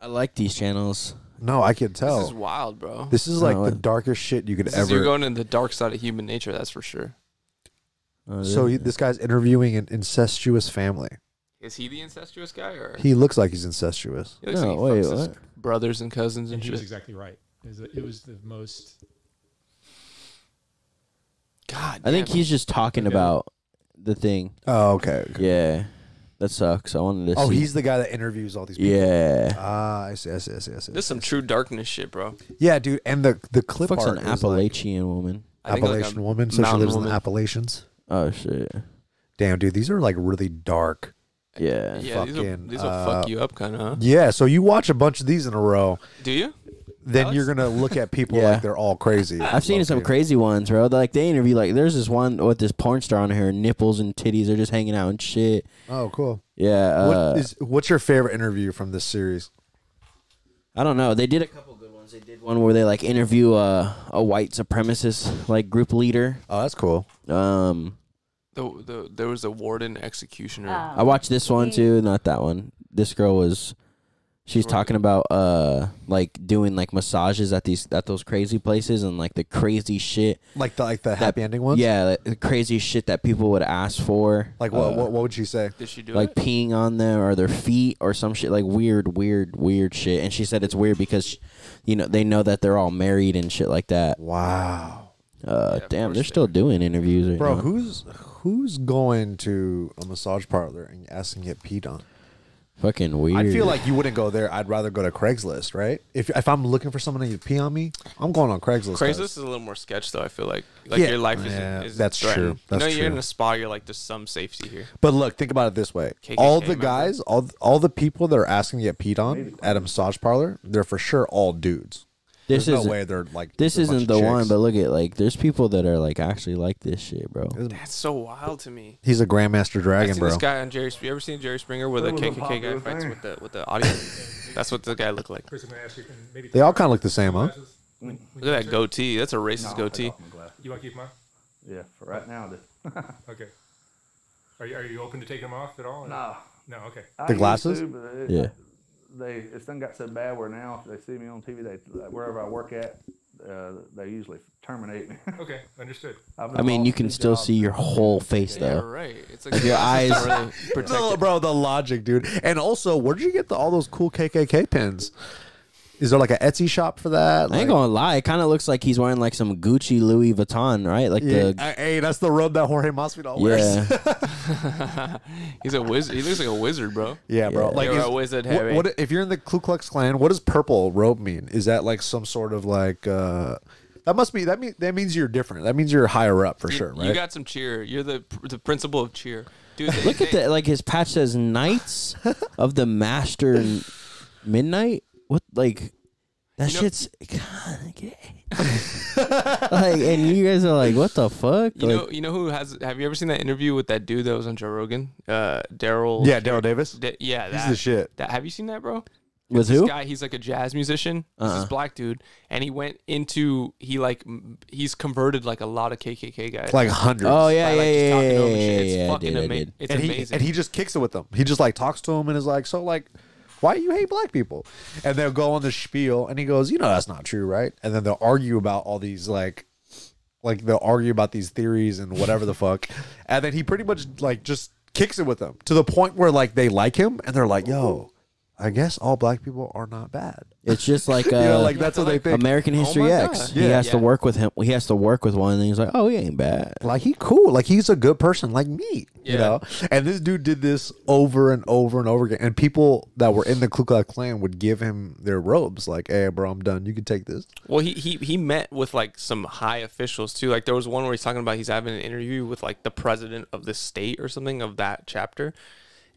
Speaker 2: I like these channels.
Speaker 3: no, I can
Speaker 4: This
Speaker 2: Oh.
Speaker 4: is
Speaker 3: tell.
Speaker 4: wild, bro.
Speaker 3: This is like
Speaker 2: No,
Speaker 3: the
Speaker 2: it-
Speaker 3: darkest shit you could
Speaker 4: This is-
Speaker 3: ever.
Speaker 4: you're going to the dark side of human nature, that's for sure.
Speaker 2: Uh,
Speaker 3: So he, this guy's interviewing an incestuous family.
Speaker 4: Is he the incestuous guy or
Speaker 3: He looks like he's incestuous.
Speaker 4: he looks
Speaker 2: No,
Speaker 4: like he
Speaker 2: wait,
Speaker 4: fucks his
Speaker 2: what?
Speaker 4: brothers and cousins and,
Speaker 11: And he
Speaker 4: shit.
Speaker 11: was exactly right. It was, it was the most.
Speaker 4: God
Speaker 2: I think
Speaker 4: damn,
Speaker 2: he's just talking
Speaker 11: Okay.
Speaker 2: about the thing.
Speaker 3: Oh, okay. okay.
Speaker 2: Yeah, that sucks. I wanted to.
Speaker 3: Oh,
Speaker 2: see. Uh,
Speaker 3: he's the guy that interviews all these people.
Speaker 2: yeah.
Speaker 3: Ah, I see, I see, I see, I see.
Speaker 4: this is some true darkness shit, bro.
Speaker 3: yeah, dude. And the the clip
Speaker 2: Fuck's
Speaker 3: art
Speaker 2: an
Speaker 3: is like
Speaker 2: Appalachian woman.
Speaker 4: I think like a
Speaker 3: Appalachian woman. So she
Speaker 4: mountain
Speaker 3: lives in
Speaker 4: woman.
Speaker 3: the Appalachians.
Speaker 2: Oh shit.
Speaker 3: Damn, dude. These are like really dark.
Speaker 2: Yeah.
Speaker 4: Yeah, these will,
Speaker 3: fucking,
Speaker 4: these will
Speaker 3: uh,
Speaker 4: fuck you up, kind of. Huh?
Speaker 3: Yeah. So you watch a bunch of these in a row,
Speaker 4: Do you?
Speaker 3: then
Speaker 4: Alex?
Speaker 3: you're gonna look at people
Speaker 2: Yeah.
Speaker 3: like they're all crazy.
Speaker 2: I've seen some crazy ones, bro. Like they interview, like there's this one with this porn star on her nipples and titties are just hanging out and shit.
Speaker 3: Oh, cool.
Speaker 2: Yeah. Uh,
Speaker 3: what is what's your favorite interview from this series?
Speaker 2: I don't know. They did a couple good ones. They did one where they like interview a a white supremacist like group leader.
Speaker 3: Oh, that's cool.
Speaker 2: Um,
Speaker 4: The, the there
Speaker 2: Ah.
Speaker 4: was a warden executioner.
Speaker 2: I watched this one
Speaker 5: he-
Speaker 2: too, not that one. This girl was She's talking about uh like doing like massages at these at those crazy places and like the crazy shit
Speaker 3: Like the like the happy ending ones.
Speaker 2: Yeah, like, the crazy shit that people would ask for. Uh,
Speaker 3: Like what? what, what would she say?
Speaker 4: Did she do
Speaker 2: like peeing on them or their feet or some shit like weird weird weird shit and she said it's weird because you know they know that they're all married and shit like that
Speaker 3: wow
Speaker 2: uh damn they're still doing interviews right
Speaker 3: Bro,
Speaker 2: now.
Speaker 3: who's who's going to a massage parlor and asking to get peed on?
Speaker 2: fucking weird
Speaker 3: I feel like you wouldn't go there. I'd rather go to Craigslist, right? If if I'm looking for someone to pee on me, I'm going on Craigslist. guys.
Speaker 4: Craigslist is a little more sketch though. I feel like like
Speaker 3: Yeah.
Speaker 4: your life is,
Speaker 3: Yeah,
Speaker 4: is
Speaker 3: that's true.
Speaker 4: threatened.
Speaker 3: That's
Speaker 4: you know, you're
Speaker 3: true.
Speaker 4: in a spa. You're like, there's some safety here.
Speaker 3: But look, think about it this way:
Speaker 4: KKK
Speaker 3: all the
Speaker 4: member.
Speaker 3: guys, all all the people that are asking to get peed on at a massage parlor, they're for sure all dudes.
Speaker 2: this
Speaker 3: There's
Speaker 2: is
Speaker 3: no way they're like
Speaker 2: this
Speaker 3: they're a bunch
Speaker 2: isn't
Speaker 3: of
Speaker 2: the one
Speaker 3: chicks.
Speaker 2: but look at like there's people that are like actually like this shit bro
Speaker 4: That's so wild to me.
Speaker 3: He's a grandmaster
Speaker 4: I
Speaker 3: dragon,
Speaker 4: seen
Speaker 3: bro.
Speaker 4: this guy on Jerry. You ever seen Jerry Springer where the
Speaker 11: That was a
Speaker 4: KKK guy
Speaker 11: popular
Speaker 4: fights
Speaker 11: thing.
Speaker 4: with the with the audience? That's what the guy looked like.
Speaker 11: Chris, I'm gonna ask you, and maybe
Speaker 3: They all kind of look the same, huh?
Speaker 11: Look
Speaker 4: Look at that goatee. That's a racist goatee.
Speaker 11: You want to keep mine?
Speaker 12: Yeah, for right now. The,
Speaker 11: Okay. Are you, are you open to taking them off at all? or-
Speaker 12: No.
Speaker 11: No. Okay.
Speaker 12: I used to, but it-
Speaker 2: Yeah.
Speaker 12: They it's done got so bad where now if they see me on TV, they like, wherever I work at, uh, they usually terminate me.
Speaker 11: Okay, understood.
Speaker 12: I've
Speaker 2: i mean you can still see your whole face though
Speaker 4: [laughs]
Speaker 2: If your eyes
Speaker 3: [laughs] No, bro. The logic, dude. And also, where did you get the, all those cool KKK pins? Is there like an Etsy shop for that?
Speaker 2: I ain't
Speaker 3: Like-
Speaker 2: gonna lie, it kind of looks like he's wearing like some Gucci Louis Vuitton, right? Like
Speaker 3: yeah.
Speaker 2: the
Speaker 3: I- hey, that's the robe that Jorge Masvidal wears.
Speaker 2: yeah.
Speaker 4: He's a [laughs] wizard. He looks like a wizard, bro.
Speaker 3: Yeah, bro. Like,
Speaker 4: you're
Speaker 3: is-
Speaker 4: a wizard,
Speaker 3: what-
Speaker 4: Harry.
Speaker 3: What, if you're in the Ku Klux Klan? What does purple robe mean? Is that like some sort of like? uh That must be that mean that means you're different. That means you're higher up for sure, right?
Speaker 4: You got some cheer. You're the the principal of cheer,
Speaker 3: [laughs]
Speaker 4: dude. They,
Speaker 2: [laughs] Look at that! Like his patch says "Knights of the Master N- Midnight." What like that shit's God, get it. [laughs] like, and you guys are like, "What the fuck?"
Speaker 4: You
Speaker 2: like,
Speaker 4: know, you know who has? Have you ever seen that interview with that dude that was on Joe Rogan? Uh, Daryl.
Speaker 3: Yeah, Daryl Davis.
Speaker 4: Da- yeah,
Speaker 3: He's
Speaker 4: that-
Speaker 3: the shit.
Speaker 4: That, have you seen that, bro?
Speaker 2: With
Speaker 4: It's this
Speaker 2: who?
Speaker 4: guy, he's like a jazz musician. He's
Speaker 2: Uh-uh.
Speaker 4: this black dude, and he went into he like m- he's converted like a lot of KKK guys,
Speaker 3: Like hundreds.
Speaker 2: oh yeah,
Speaker 4: By,
Speaker 2: yeah,
Speaker 4: like, just
Speaker 2: yeah,
Speaker 4: talking
Speaker 2: yeah,
Speaker 4: over
Speaker 2: yeah,
Speaker 4: shit. It's
Speaker 2: yeah, I
Speaker 4: fucking
Speaker 2: did, I
Speaker 4: ama-
Speaker 2: did.
Speaker 4: it's
Speaker 3: and he
Speaker 4: amazing.
Speaker 3: and he just kicks it with them. He just like talks to him and is like, "So like, why you hate black people?" And they'll go on the spiel, and he goes, "You know that's not true, right?" And then they'll argue about all these like, like they'll argue about these theories and whatever the fuck, and then he pretty much like just kicks it with them to the point where like they like him and they're like, "Yo, I guess all black people are not bad."
Speaker 2: It's
Speaker 4: [laughs]
Speaker 2: just like, uh,
Speaker 3: You know, like, that's what they think.
Speaker 2: American
Speaker 3: Oh
Speaker 2: History
Speaker 3: my
Speaker 2: X.
Speaker 3: God.
Speaker 2: He
Speaker 3: Yeah.
Speaker 2: has to
Speaker 3: Yeah.
Speaker 2: work with him. He has to work with one, and he's like, "Oh, he ain't bad."
Speaker 3: Like he cool, like he's a good person, like me, you
Speaker 2: Yeah.
Speaker 3: know. And this dude did this over and over and over again. And people that were in the Ku Klux Klan would give him their robes, like, "Hey, bro, I'm done. You can take this."
Speaker 4: Well, he, he he met with like some high officials too. Like there was one where he's talking about he's having an interview with like the president of the state or something of that chapter,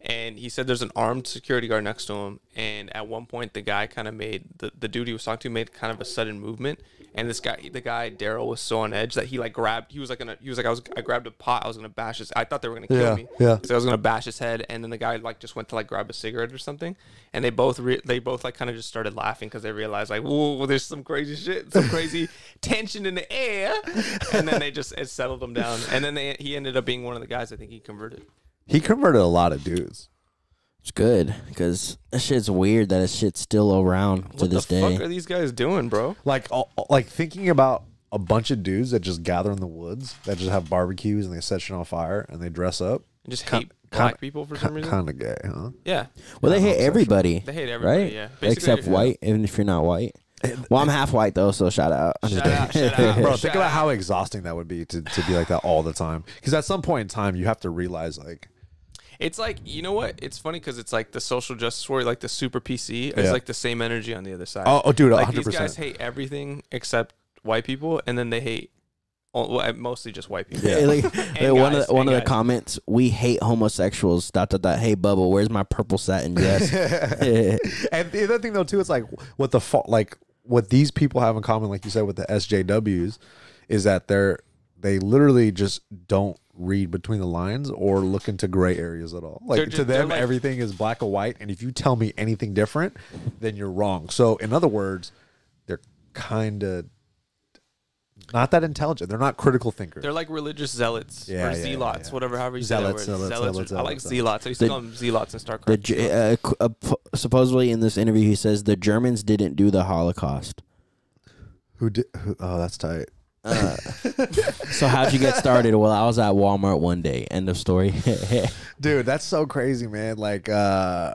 Speaker 4: and he said there's an armed security guard next to him. And at one point, the guy kind of made the the dude he was talking to made kind of a sudden movement, and this guy the guy Daryl was so on edge that he like grabbed he was like gonna he was like I was I grabbed a pot I was gonna bash his I thought they were gonna kill
Speaker 3: Yeah,
Speaker 4: me
Speaker 3: yeah.
Speaker 4: so I was gonna bash his head, and then the guy like just went to like grab a cigarette or something, and they both re- they both like kind of just started laughing because they realized like, whoa, there's some crazy shit,
Speaker 3: [laughs]
Speaker 4: some crazy tension in the air, and then they just it settled them down, and then they he ended up being one of the guys I think he converted.
Speaker 3: He converted a lot of dudes.
Speaker 2: It's good because that shit's weird that that shit's still around to this
Speaker 4: What
Speaker 2: day.
Speaker 4: fuck are these guys doing, bro?
Speaker 3: Like, all, like thinking about a bunch of dudes that just gather in the woods, that just have barbecues and they set shit on fire and they dress up.
Speaker 4: And just
Speaker 3: Kin-
Speaker 4: hate black people for some reason.
Speaker 3: Kind of gay,
Speaker 4: [laughs]
Speaker 3: huh?
Speaker 4: Yeah.
Speaker 2: Well, they hate everybody.
Speaker 4: They hate everybody,
Speaker 2: right?
Speaker 4: yeah. Basically,
Speaker 2: Except
Speaker 4: yeah.
Speaker 2: white, even if you're not white. Well, I'm half white though, so shout out. I'm just
Speaker 4: Shout out,
Speaker 2: kidding.
Speaker 4: shout
Speaker 2: [laughs]
Speaker 4: out.
Speaker 3: Bro,
Speaker 4: Shut
Speaker 3: think about how exhausting that would be to, to be like that all the time. Because at some point in time, you have to realize, like,
Speaker 4: It's like you know what? It's funny because it's like the social justice warrior, like the super PC, is
Speaker 3: Yeah.
Speaker 4: like the same energy on the other side.
Speaker 3: Oh, oh, dude,
Speaker 4: like these
Speaker 3: 100%.
Speaker 4: guys hate everything except white people, and then they hate all, well, eh, mostly just white people.
Speaker 2: Like,
Speaker 4: [laughs] And
Speaker 2: one
Speaker 4: guys,
Speaker 2: of the, one
Speaker 4: and
Speaker 2: of the
Speaker 4: guys.
Speaker 2: comments, we hate homosexuals. Dot dot dot. Hey Bubba, where's my purple satin dress? [laughs]
Speaker 4: [laughs]
Speaker 3: and the other thing though too, it's like what the fu- like what these people have in common, like you said with the SJWs, is that they're they literally just don't read between the lines or look into gray areas at all. Like
Speaker 4: They're ju-
Speaker 3: to
Speaker 4: they're
Speaker 3: them,
Speaker 4: like-
Speaker 3: everything is black or white, and if you tell me anything different, then you're wrong. So in other words, they're kind of Not that intelligent. They're not critical thinkers.
Speaker 4: They're like religious zealots
Speaker 3: Yeah,
Speaker 4: or
Speaker 3: yeah, yeah,
Speaker 4: zealots, whatever, however you
Speaker 3: Zealots,
Speaker 4: say that word.
Speaker 3: zealots, zealots,
Speaker 4: I like
Speaker 3: zealots.
Speaker 4: zealots. I used to
Speaker 2: The-
Speaker 4: call them zealots in StarCraft.
Speaker 2: The, Ge- uh, qu- uh, p- supposedly in this interview, he says the Germans didn't do the Holocaust.
Speaker 3: Who did? Who, oh, that's tight.
Speaker 2: Uh, so how'd you get started? Well, I was at Walmart one day. End of story. [laughs]
Speaker 3: Dude, that's so crazy, man. Like, uh,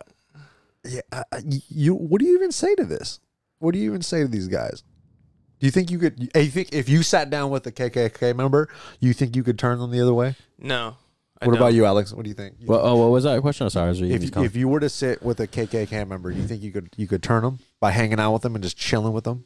Speaker 3: yeah, I, I- you. What do you even say to this? What do you even say to these guys? Do you think you could? You think if you sat down with a KKK member, you think you could turn them the other way?
Speaker 4: No. I
Speaker 3: What about
Speaker 4: don't.
Speaker 3: you, Alex? What do you think?
Speaker 2: well, oh, what was that question? I'm sorry. I was reading
Speaker 3: If
Speaker 2: this
Speaker 3: you,
Speaker 2: comment.
Speaker 3: if you were to sit with a KKK member, you think you could you could turn them by hanging out with them and just chilling with them?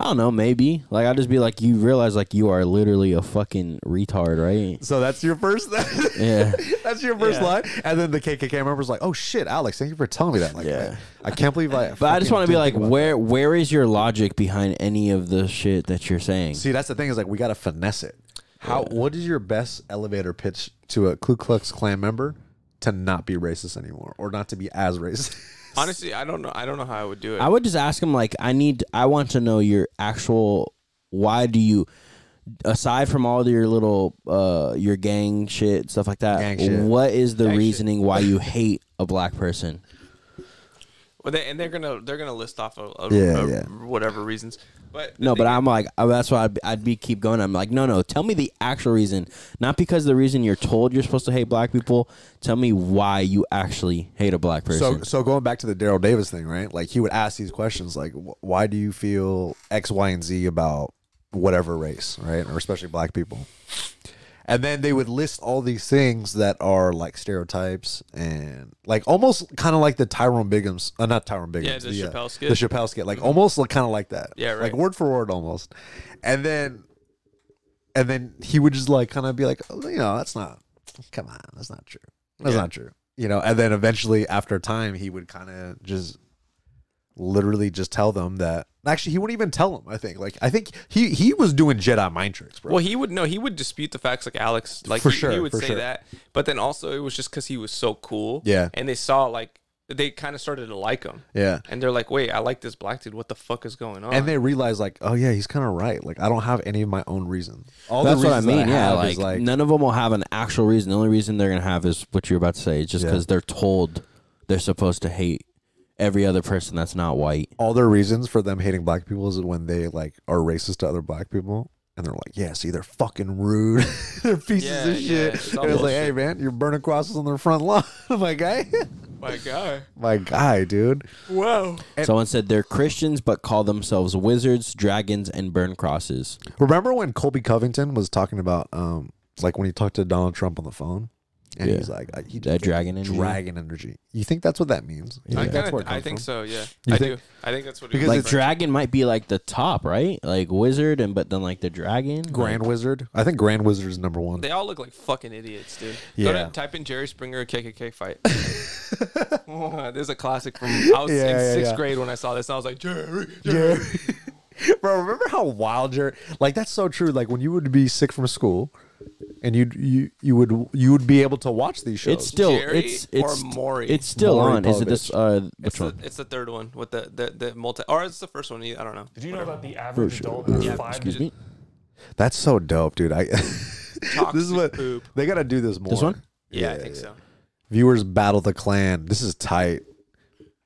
Speaker 2: I don't know. Maybe like I'll just be like, you realize like you are literally a fucking retard, right?
Speaker 3: So that's your first. [laughs]
Speaker 2: Yeah.
Speaker 3: that's your first
Speaker 2: Yeah.
Speaker 3: line, and then the KKK member's like, "Oh shit, Alex, thank you for telling me that." Like, man, I can't believe I.
Speaker 2: But I just
Speaker 3: fucking
Speaker 2: want to be
Speaker 3: didn't
Speaker 2: like,
Speaker 3: think about
Speaker 2: where where is your logic behind any of the shit that you're saying?
Speaker 3: See, that's the thing is like we gotta finesse it. How? What is your best elevator pitch to a Ku Klux Klan member to not be racist anymore, or not to be as racist? [laughs]
Speaker 4: Honestly, I don't know. I don't know how I would do it.
Speaker 2: I would just ask him like, I need, I want to know your actual. Why do you, aside from all your little, uh, your gang shit stuff like that?
Speaker 4: Gang shit.
Speaker 2: What is the
Speaker 4: Gang shit.
Speaker 2: reasoning why you hate a black person?
Speaker 4: Well, they, and they're gonna they're gonna list off a, a,
Speaker 2: Yeah,
Speaker 4: a-
Speaker 2: yeah.
Speaker 4: whatever reasons. But
Speaker 2: No, but I'm like, oh, that's why I'd, be- I'd be keep going. I'm like, no, no, tell me the actual reason, not because the reason you're told you're supposed to hate black people. Tell me why you actually hate a black person.
Speaker 3: So, so going back to the Daryl Davis thing, right? Like he would ask these questions, like, wh- "Why do you feel X, Y, and Z about whatever race, right, or especially black people?" And then they would list all these things that are like stereotypes and like almost kind of like the Tyrone Biggums, uh, not Tyrone Biggums,
Speaker 4: Yeah, the
Speaker 3: uh,
Speaker 4: Chappelle skit.
Speaker 3: the Chappelle skit, like almost like, kind of like that,
Speaker 4: Mm-hmm. Yeah,
Speaker 3: like
Speaker 4: right.
Speaker 3: word for word almost. And then, and then he would just like kind of be like, oh, you know, that's not, come on, that's not true, that's
Speaker 4: Yeah.
Speaker 3: not true, you know. And then eventually, after time, he would kind of just literally just tell them that. Actually, he wouldn't even tell them. I think, like, I think he he was doing Jedi mind tricks, bro.
Speaker 4: Well, he would no, he would dispute the facts like Alex, like
Speaker 3: For
Speaker 4: he,
Speaker 3: sure,
Speaker 4: he would
Speaker 3: for
Speaker 4: say
Speaker 3: sure.
Speaker 4: that. But then also it was just because he was so cool.
Speaker 3: Yeah.
Speaker 4: and they saw like they kind of started to like him.
Speaker 3: Yeah.
Speaker 4: and they're like, wait, I like this black dude. What the fuck is going on?
Speaker 3: and they realized, like, oh yeah, he's kind of right. Like, I don't have any of my own reasons. All the
Speaker 2: That's what I
Speaker 3: reasons that
Speaker 2: mean. yeah,
Speaker 3: have
Speaker 2: like,
Speaker 3: is, like-
Speaker 2: none of them will have an actual reason. The only reason they're gonna have is what you're about to say. It's just
Speaker 3: Yeah.
Speaker 2: because they're told they're supposed to hate every other person that's not white.
Speaker 3: all their reasons for them hating black people is when they like are racist to other black people and they're like, Yeah, see, they're fucking rude. [laughs] they're pieces
Speaker 4: Yeah,
Speaker 3: of
Speaker 4: yeah,
Speaker 3: shit.
Speaker 4: it's
Speaker 3: and
Speaker 4: all
Speaker 3: it's like, hey
Speaker 4: bullshit.
Speaker 3: man, you're burning crosses on their front lawn. [laughs] I'm like, hey,
Speaker 4: my guy,
Speaker 3: my guy, dude.
Speaker 4: whoa.
Speaker 2: Someone said they're Christians but call themselves wizards, dragons, and burn crosses.
Speaker 3: Remember when Colby Covington was talking about um like when he talked to Donald Trump on the phone? And
Speaker 2: Yeah.
Speaker 3: he's like, I- he
Speaker 2: That
Speaker 3: just-
Speaker 2: dragon energy?
Speaker 3: Dragon energy. You think that's what that means? You
Speaker 4: I,
Speaker 3: think that's
Speaker 4: kinda-
Speaker 3: where it
Speaker 4: I
Speaker 3: comes
Speaker 4: think
Speaker 3: from?
Speaker 4: so. Yeah,
Speaker 3: You
Speaker 4: I
Speaker 3: think-
Speaker 4: do. I think that's what
Speaker 3: Because
Speaker 4: because
Speaker 2: like
Speaker 3: it's-
Speaker 2: dragon might be like the top, right? Like wizard, and but then like the dragon,
Speaker 3: Grand
Speaker 2: Like,
Speaker 3: Wizard. I think Grand Wizard is number one.
Speaker 4: they all look like fucking idiots, dude. Go
Speaker 3: Yeah.
Speaker 4: to, type in Jerry Springer
Speaker 3: [laughs]
Speaker 4: KKK fight. [laughs] There's a classic from I was
Speaker 3: Yeah,
Speaker 4: in
Speaker 3: yeah,
Speaker 4: sixth
Speaker 3: yeah.
Speaker 4: grade when I saw this. And I was like Jerry,
Speaker 3: Yeah. [laughs] Bro, remember how wild you're like that's so true. Like when you would be sick from school and you'd you you would you would be able to watch these shows.
Speaker 2: It's still
Speaker 4: Jerry
Speaker 2: it's it's
Speaker 4: or Maury?
Speaker 2: It's still
Speaker 3: Maury
Speaker 2: on. Is it this? Uh, which
Speaker 4: It's the,
Speaker 2: one?
Speaker 4: it's the third one with the the, the multi or it's the first one. I
Speaker 3: [laughs]
Speaker 4: don't know.
Speaker 11: Did you know that the
Speaker 3: For
Speaker 11: average
Speaker 3: sure.
Speaker 11: adult has
Speaker 3: Yeah,
Speaker 11: five
Speaker 2: Excuse me.
Speaker 3: That's so dope, dude. I [laughs] This is
Speaker 4: Toxic
Speaker 3: what
Speaker 4: poop.
Speaker 3: they got to do this more.
Speaker 2: one?
Speaker 4: Yeah, I think so.
Speaker 3: Viewers battle the clan. This is tight.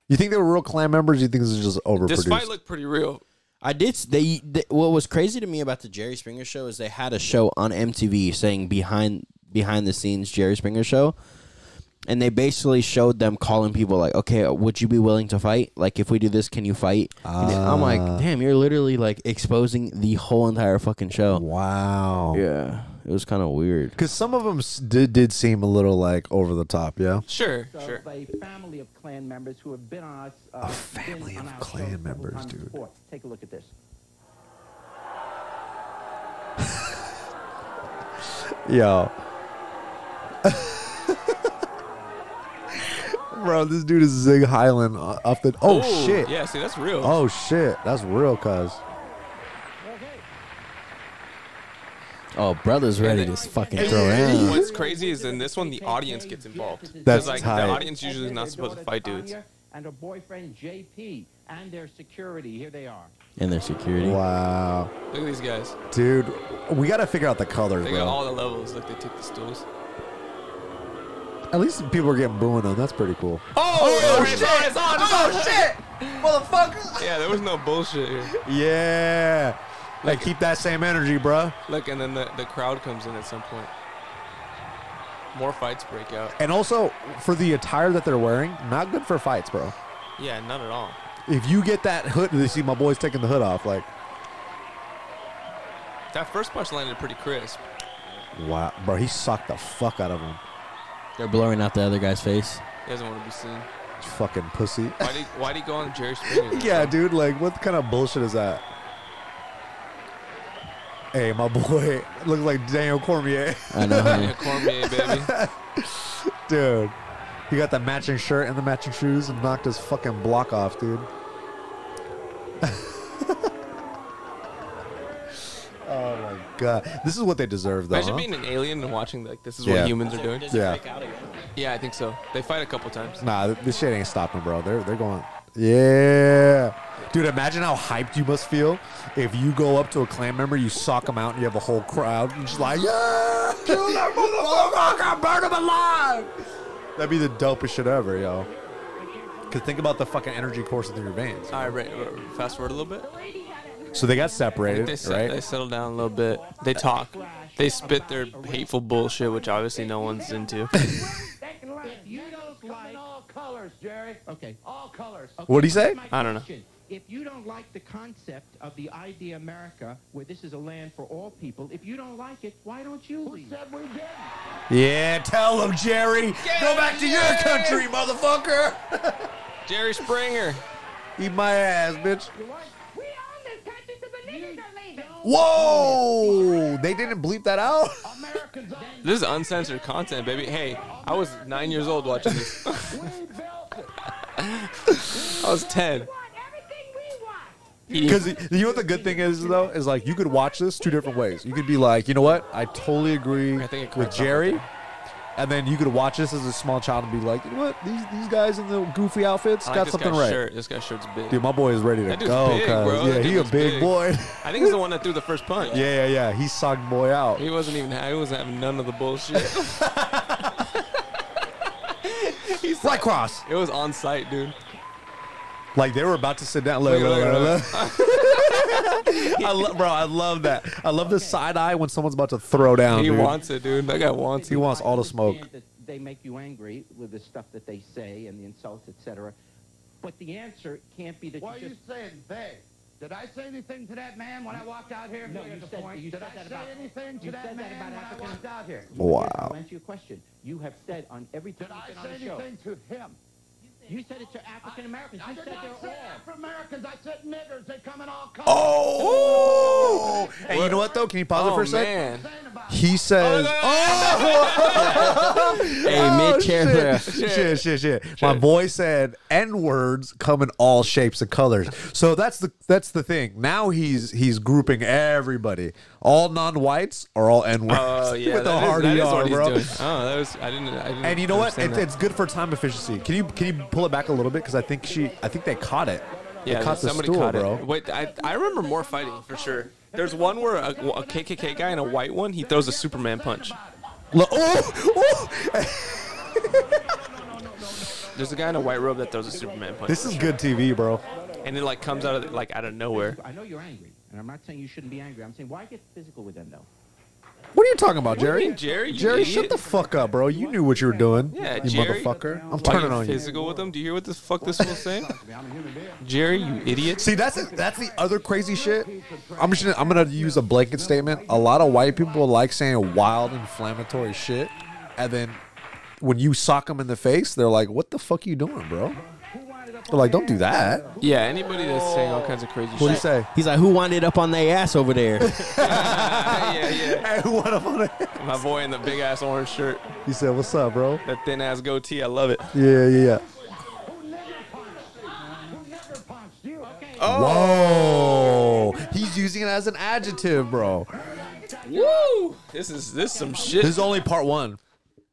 Speaker 3: You think they were real clan members? You think this is just
Speaker 4: This
Speaker 3: overproduced?
Speaker 4: fight looked pretty real.
Speaker 2: I did. s- They, they what was crazy to me about the Jerry Springer show is they had a show on MTV saying behind behind the scenes Jerry Springer show, and they basically showed them calling people like, okay, would you be willing to fight? Like if we do this, can you fight? And I'm like, damn, you're literally like exposing the whole entire fucking show.
Speaker 3: wow.
Speaker 2: Yeah, it was kind of weird.
Speaker 3: Because some of them did did seem a little like over the top. Yeah.
Speaker 4: Sure, sure.
Speaker 13: of a family of clan members who have been on us. Uh, a family on of
Speaker 3: clan members, dude.
Speaker 13: Take a look at this.
Speaker 3: [laughs]
Speaker 13: [laughs]
Speaker 3: Yo. Bro, this dude is Zig Highland off the. Oh,
Speaker 4: Ooh,
Speaker 3: shit.
Speaker 4: Yeah, see, that's real.
Speaker 3: Oh shit. That's real, cuz.
Speaker 2: Oh, brother's ready to fucking [laughs] throw
Speaker 4: And
Speaker 2: down.
Speaker 4: What's crazy is in this one the audience gets involved. 'Cause,
Speaker 3: That's
Speaker 4: like
Speaker 3: tight.
Speaker 4: the audience usually is not supposed to fight dudes.
Speaker 13: And her boyfriend JP and their security. Here they are.
Speaker 2: and their security. Wow.
Speaker 4: Look at these guys.
Speaker 3: Dude, we got to figure out the colors,
Speaker 4: They got
Speaker 3: bro.
Speaker 4: all the levels. Like they took the stools.
Speaker 3: At least people are getting booing them. That's pretty cool.
Speaker 4: Oh,
Speaker 1: Oh,
Speaker 4: it's
Speaker 1: shit.
Speaker 4: on, it's on, it's on.
Speaker 1: Oh, shit.
Speaker 10: Motherfucker.
Speaker 4: Yeah, there was no bullshit here.
Speaker 3: Yeah. Like, keep that same energy, bro.
Speaker 4: Look, and then the, the crowd comes in at some point. More fights break out.
Speaker 3: And also, for the attire that they're wearing, not good for fights, bro.
Speaker 4: Yeah, not at all.
Speaker 3: If you get that hood, you see my boys taking the hood off, like,
Speaker 4: That first punch landed pretty crisp.
Speaker 3: wow, bro, he sucked the fuck out of him.
Speaker 2: They're blurring out the other guy's face.
Speaker 4: He doesn't want to be seen.
Speaker 3: Fucking pussy. [laughs]
Speaker 4: Why'd he, why'd he go on Jerry Springer?
Speaker 3: yeah, dude, like, what kind of bullshit is that? Hey, my boy [laughs] looks like Daniel Cormier. [laughs]
Speaker 2: I know, honey. [laughs]
Speaker 4: Yeah, Cormier, baby.
Speaker 3: dude. He got the matching shirt and the matching shoes and knocked his fucking block off, dude. [laughs] oh my god, this is what they deserve, though.
Speaker 4: Imagine
Speaker 3: huh?
Speaker 4: being an alien and watching like this is
Speaker 3: Uh-huh. Yeah.
Speaker 4: what humans are doing.
Speaker 3: Yeah.
Speaker 4: Yeah, I think so. They fight a couple times.
Speaker 3: Nah, th- this shit ain't stopping, bro. They're they're going. Yeah, dude. Imagine how hyped you must feel if you go up to a clan member, you sock them out, and you have a whole crowd and just like, yeah, [laughs] kill that motherfucker, burn him alive. That'd be the dopest shit ever, yo. Cause think about the fucking energy coursing through your veins.
Speaker 4: All right, right, right, fast forward a little bit.
Speaker 3: So they got separated,
Speaker 4: They, se-
Speaker 3: right?
Speaker 4: they settle down a little bit. They talk. They spit their hateful bullshit, which obviously no
Speaker 3: [laughs]
Speaker 4: one's into.
Speaker 13: Okay. All colors.
Speaker 3: What'd he say?
Speaker 4: I don't know.
Speaker 13: If you don't like the concept of the idea America, where this is a land for all people, if you don't like it, why don't you leave? Who said we did?
Speaker 3: Yeah, tell them, Jerry. Go back to your country, motherfucker.
Speaker 4: Jerry Springer.
Speaker 3: Eat my ass, bitch. Whoa! They didn't bleep that out.
Speaker 4: This is uncensored content, baby. Hey, I was nine years old watching this. [laughs] I was ten.
Speaker 3: Because you know what the good thing is though is like you could watch this two different ways. You could be like, you know what, I totally agree with Jerry, and then you could watch this as a small child and be like, you know what, these these guys in the goofy outfits
Speaker 4: I like
Speaker 3: got
Speaker 4: this
Speaker 3: something
Speaker 4: guy's
Speaker 3: right.
Speaker 4: Shirt. This guy's shirt's big.
Speaker 3: Dude, my boy is ready to
Speaker 4: That dude's
Speaker 3: go.
Speaker 4: big,
Speaker 3: cuz.
Speaker 4: bro.
Speaker 3: Yeah,
Speaker 4: That
Speaker 3: he a
Speaker 4: dude's
Speaker 3: big,
Speaker 4: big.
Speaker 3: boy. [laughs]
Speaker 4: I think he's the one that threw the first punch.
Speaker 3: yeah, yeah, yeah. He sucked boy out.
Speaker 4: He wasn't even. He wasn't having none of the bullshit.
Speaker 3: [laughs]
Speaker 4: He's
Speaker 3: right cross.
Speaker 4: It was on site, dude.
Speaker 3: Like they were about to sit down. Look,
Speaker 4: Look,
Speaker 3: look, look,
Speaker 4: look, look.
Speaker 3: look. [laughs] I love, bro. I love that. I love the side eye when someone's about to throw down.
Speaker 4: He
Speaker 3: dude.
Speaker 4: wants it, dude. That guy wants it.
Speaker 3: He wants all the smoke.
Speaker 13: That they make you angry with the stuff that they say and the insults, etc. But the answer can't be that.
Speaker 14: Why are
Speaker 13: you,
Speaker 14: you
Speaker 13: just,
Speaker 14: saying they? Did I say anything to that man when I walked out here?
Speaker 13: No,
Speaker 14: Wait
Speaker 13: you
Speaker 14: a
Speaker 13: said-
Speaker 14: point.
Speaker 13: you
Speaker 14: Did
Speaker 13: said
Speaker 14: I
Speaker 13: that
Speaker 14: say
Speaker 13: about-
Speaker 14: anything to
Speaker 13: you
Speaker 14: that
Speaker 13: said that
Speaker 14: man
Speaker 13: about
Speaker 14: when I walked out here?
Speaker 13: To answer your question, you have said on every time
Speaker 14: Did I
Speaker 13: you've
Speaker 14: say
Speaker 13: been on the show.
Speaker 14: anything to him?
Speaker 13: You said it to African Americans.
Speaker 14: I
Speaker 13: You
Speaker 14: did
Speaker 13: said
Speaker 14: not
Speaker 13: they're
Speaker 14: say
Speaker 13: all.
Speaker 14: African Americans. I said niggers. They come in all colors.
Speaker 3: Oh! And you know what though? Can you pause it
Speaker 14: Oh,
Speaker 3: for a sec? [laughs]
Speaker 14: man.
Speaker 3: He says, "Oh,
Speaker 2: Hey, mid-chair there.
Speaker 3: shit. shit, shit, shit." My boy said, "N words come in all shapes and colors." So that's the that's the thing. Now he's he's grouping everybody. All non-whites are all N words
Speaker 4: Oh
Speaker 3: [laughs]
Speaker 4: yeah,
Speaker 3: with the
Speaker 4: that is-
Speaker 3: hard
Speaker 4: that is
Speaker 3: ER,
Speaker 4: what he's
Speaker 3: bro.
Speaker 4: doing. Oh, that was I didn't. I didn't
Speaker 3: And you know what?
Speaker 4: understand
Speaker 3: It,
Speaker 4: that.
Speaker 3: it's good for time efficiency. Can you can you pull it back a little bit? Because I think she, I think they caught it. They
Speaker 4: Yeah,
Speaker 3: caught the
Speaker 4: somebody
Speaker 3: stool,
Speaker 4: caught
Speaker 3: bro.
Speaker 4: it. Wait, I, I remember more fighting for sure. There's one where a, a KKK guy and a white one he throws a Superman punch.
Speaker 3: Lo- oh, oh! [laughs]
Speaker 4: There's a guy in a white robe that throws a Superman punch.
Speaker 3: This is good TV, bro.
Speaker 4: And it like comes out of like out of nowhere.
Speaker 13: I know you're angry, and I'm not saying you shouldn't be angry. I'm saying why get physical with them though?
Speaker 3: What are you talking about,
Speaker 4: What do you
Speaker 3: Jerry?
Speaker 4: mean, Jerry? You
Speaker 3: Jerry, shut
Speaker 4: idiot.
Speaker 3: the fuck up, bro. You knew what you were doing.
Speaker 4: Yeah,
Speaker 3: you
Speaker 4: Jerry.
Speaker 3: motherfucker. I'm
Speaker 4: Why you
Speaker 3: turning on you.
Speaker 4: Physical with him. Do you hear what this fuck this fool's saying? Jerry, you idiot.
Speaker 3: See, that's that's the other crazy shit. I'm just gonna, I'm gonna use a blanket statement. A lot of white people like saying wild, inflammatory shit, and then when you sock them in the face, they're like, "What the fuck you doing, bro?" They're like, "Don't do that."
Speaker 4: Yeah, anybody that's saying all kinds of crazy
Speaker 3: What'd he
Speaker 4: shit.
Speaker 3: say?
Speaker 2: He's like, who winded up on their ass over there?
Speaker 4: [laughs]
Speaker 2: [laughs]
Speaker 3: [laughs]
Speaker 4: yeah,
Speaker 3: yeah. What up on it?
Speaker 4: My boy in the big ass orange shirt,
Speaker 3: He said, "What's up, bro?"
Speaker 4: that thin ass goatee. I love it.
Speaker 3: Yeah, yeah, yeah. Whoa! He's using it as an adjective, bro.
Speaker 4: Woo! This is this is some shit.
Speaker 3: This is only part one.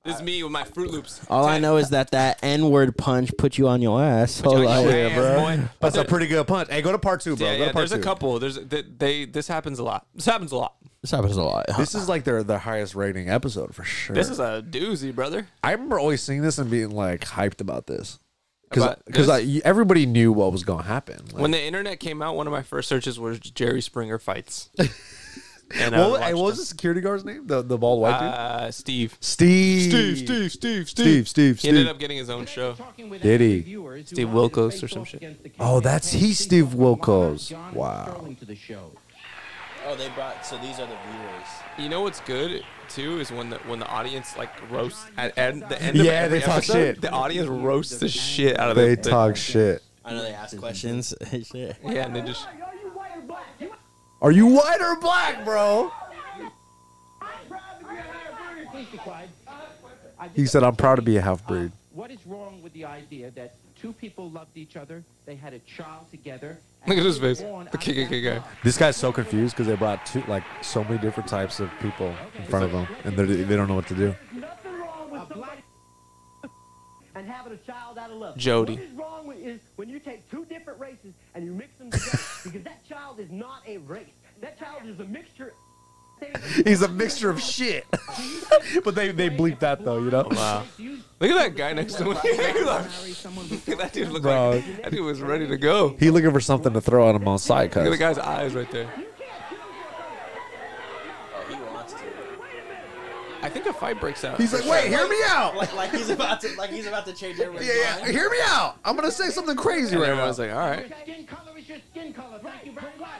Speaker 4: This is me with my Fruit Loops.
Speaker 2: All I know is that that N word punch put you on your ass. So
Speaker 4: you on
Speaker 2: like,
Speaker 4: your Yeah, ass, bro. boy.
Speaker 3: That's a pretty good punch. Hey, go to part two, bro.
Speaker 4: yeah,
Speaker 3: go
Speaker 4: yeah.
Speaker 3: to part
Speaker 4: There's a
Speaker 3: two.
Speaker 4: couple. There's they, they. This happens a lot. This happens a lot.
Speaker 2: This happens a lot.
Speaker 3: This is like their their highest rating episode for sure.
Speaker 4: This is a doozy, brother.
Speaker 3: I remember always seeing this and being like hyped about this
Speaker 4: About
Speaker 3: because
Speaker 4: this?
Speaker 3: everybody knew what was gonna happen. Like,
Speaker 4: when the internet came out, one of my first searches was Jerry
Speaker 3: [laughs]
Speaker 4: Springer fights. and
Speaker 3: what,
Speaker 4: I
Speaker 3: was-
Speaker 4: watched
Speaker 3: hey, what was the security guard's name? The the bald white dude.
Speaker 4: uh, Steve.
Speaker 3: Steve.
Speaker 4: Steve. Steve. Steve. Steve.
Speaker 3: Steve, Steve,
Speaker 4: He ended
Speaker 3: Steve.
Speaker 4: up getting his own show.
Speaker 3: Did he?
Speaker 4: Steve Wilkos or some shit.
Speaker 3: Oh, that's he, Steve Wilkos. Wow.
Speaker 2: to the show. Oh, they brought. So these are the viewers.
Speaker 4: You know what's good too is when the when the audience like roasts at, at the end. of
Speaker 3: Yeah,
Speaker 4: every
Speaker 3: they talk
Speaker 4: episode,
Speaker 3: shit.
Speaker 4: The audience roasts the shit out of
Speaker 3: They
Speaker 4: the- the-
Speaker 3: talk shit.
Speaker 2: I know they ask
Speaker 3: [laughs]
Speaker 2: questions. and shit.
Speaker 4: Yeah, and they just.
Speaker 3: Are you white or black, bro? He said, "I'm proud to be a half breed."
Speaker 13: What is wrong with the idea that two people loved each other, they had a child together? and
Speaker 4: Look at his
Speaker 13: he was
Speaker 4: face.
Speaker 13: born
Speaker 4: The KKK guy.
Speaker 3: This guy's so confused because they brought two, like so many different types of people in front of him, and they're- they don't know what to do.
Speaker 14: and having a child out of love.
Speaker 3: Jody.
Speaker 14: What is wrong with is when you take two different races and you mix them
Speaker 2: [laughs]
Speaker 14: together because that child is not a race. That child is a mixture. [laughs]
Speaker 3: He's a mixture of shit. [laughs] Oh, but they they bleep that though, you know.
Speaker 4: Wow. Look at that guy next to him. [laughs] Look at that dude look
Speaker 3: Bro.
Speaker 4: like that dude was ready to go.
Speaker 3: He looking for something to throw at him on side
Speaker 4: Look at the
Speaker 3: cuts.
Speaker 4: guy's eyes right there. Oh,
Speaker 2: He wants to.
Speaker 4: I think a fight breaks out.
Speaker 3: He's like, wait, hear me out.
Speaker 2: Like, like he's about to. Like he's about
Speaker 14: [laughs]
Speaker 2: to change everyone's
Speaker 3: Yeah, yeah,
Speaker 2: mind.
Speaker 3: hear me out. I'm gonna say something crazy
Speaker 4: And
Speaker 3: right now.
Speaker 4: everyone's like, all right,
Speaker 13: Skin color is your skin color. Thank you very much.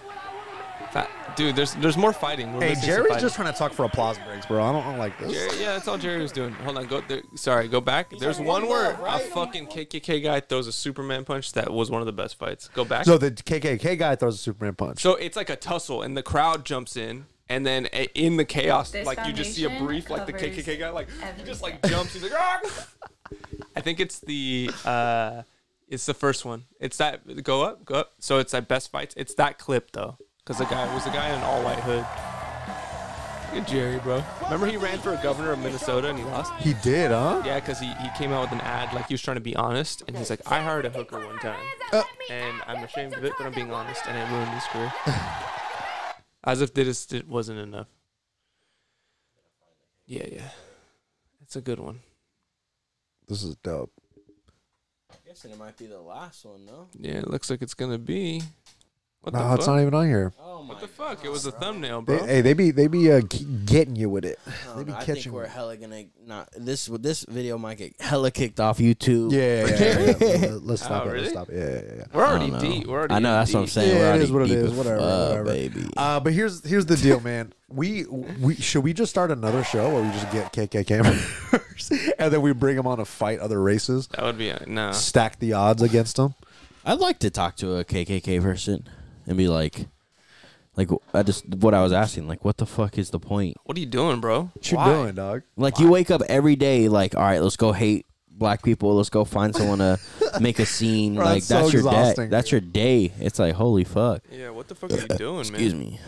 Speaker 4: Fa- dude. There's there's more fighting. We're
Speaker 3: Hey,
Speaker 4: missing some
Speaker 3: Jerry's
Speaker 4: fighting.
Speaker 3: just trying to talk for applause breaks, bro. I don't, I don't like this.
Speaker 4: Jerry, yeah, that's all Jerry was doing. Hold on, go. There, sorry, go back. There's one word. A fucking KKK guy throws a Superman punch. That was one of the best fights. Go back.
Speaker 3: So the KKK guy throws a Superman punch.
Speaker 4: So it's like a tussle, and the crowd jumps in, and then a- in the chaos, like you just see a brief, like the KKK guy, like he just like jumps. He's like, ah! I think it's the uh, it's the first one. It's that go up, go up. So it's that best fights. It's that clip though, because the guy was the guy in an all white hood. Look at Jerry, bro. Remember he ran for governor of Minnesota and he lost.
Speaker 3: He did, huh?
Speaker 4: Yeah, because he, he came out with an ad like he was trying to be honest, and he's like, I hired a hooker one time, [laughs] and I'm ashamed of it, but I'm being honest, and it ruined his career. [laughs] As if this did- wasn't enough. Yeah, yeah, it's a good one.
Speaker 3: This is dope.
Speaker 2: Guessing it might be the last one, no?
Speaker 4: Yeah, it looks like it's gonna be. What
Speaker 3: No, it's not even on here.
Speaker 2: Oh my
Speaker 4: What the fuck? It was a thumbnail,
Speaker 3: They,
Speaker 4: bro.
Speaker 3: hey, they be they be uh, g- getting you with it.
Speaker 2: I
Speaker 3: They
Speaker 2: don't
Speaker 3: be
Speaker 2: know. I think
Speaker 3: catching.
Speaker 2: we're hella gonna not this. This video might get hella kicked off YouTube.
Speaker 3: [laughs] Yeah, yeah, yeah, yeah. Let- Let's stop
Speaker 4: Oh,
Speaker 3: it.
Speaker 4: really?
Speaker 3: Let's stop it. Yeah, yeah, yeah.
Speaker 4: We're
Speaker 2: I
Speaker 4: already
Speaker 2: don't know.
Speaker 4: deep. We're already.
Speaker 2: I know that's what I'm
Speaker 4: deep.
Speaker 2: saying.
Speaker 3: Yeah,
Speaker 2: We're
Speaker 3: it is
Speaker 2: already
Speaker 3: what it
Speaker 2: deep
Speaker 3: is.
Speaker 2: as
Speaker 3: Whatever,
Speaker 2: fuck,
Speaker 3: whatever.
Speaker 2: baby.
Speaker 3: Uh, but here's here's the deal, man. We we should we just start another show where we just get KKK members [laughs] and then we bring them on to fight other races,
Speaker 4: That would be uh, no.
Speaker 3: stack the odds against them.
Speaker 2: I'd like to talk to a KKK person and be like, like I just what I was asking, like what the fuck is the point?
Speaker 4: What are you doing, bro?
Speaker 3: What you
Speaker 4: Why?
Speaker 3: doing, dog?
Speaker 2: Like you wake up every day, like all right, let's go hate black people. Let's go find someone
Speaker 3: [laughs]
Speaker 2: to make a scene.
Speaker 3: Bro,
Speaker 2: like
Speaker 3: that's
Speaker 2: that's
Speaker 3: so
Speaker 2: your day.
Speaker 3: exhausting.
Speaker 2: That's your day. It's like holy fuck.
Speaker 4: Yeah, what the fuck
Speaker 2: [laughs]
Speaker 4: are you doing,
Speaker 2: Excuse
Speaker 4: man?
Speaker 2: me.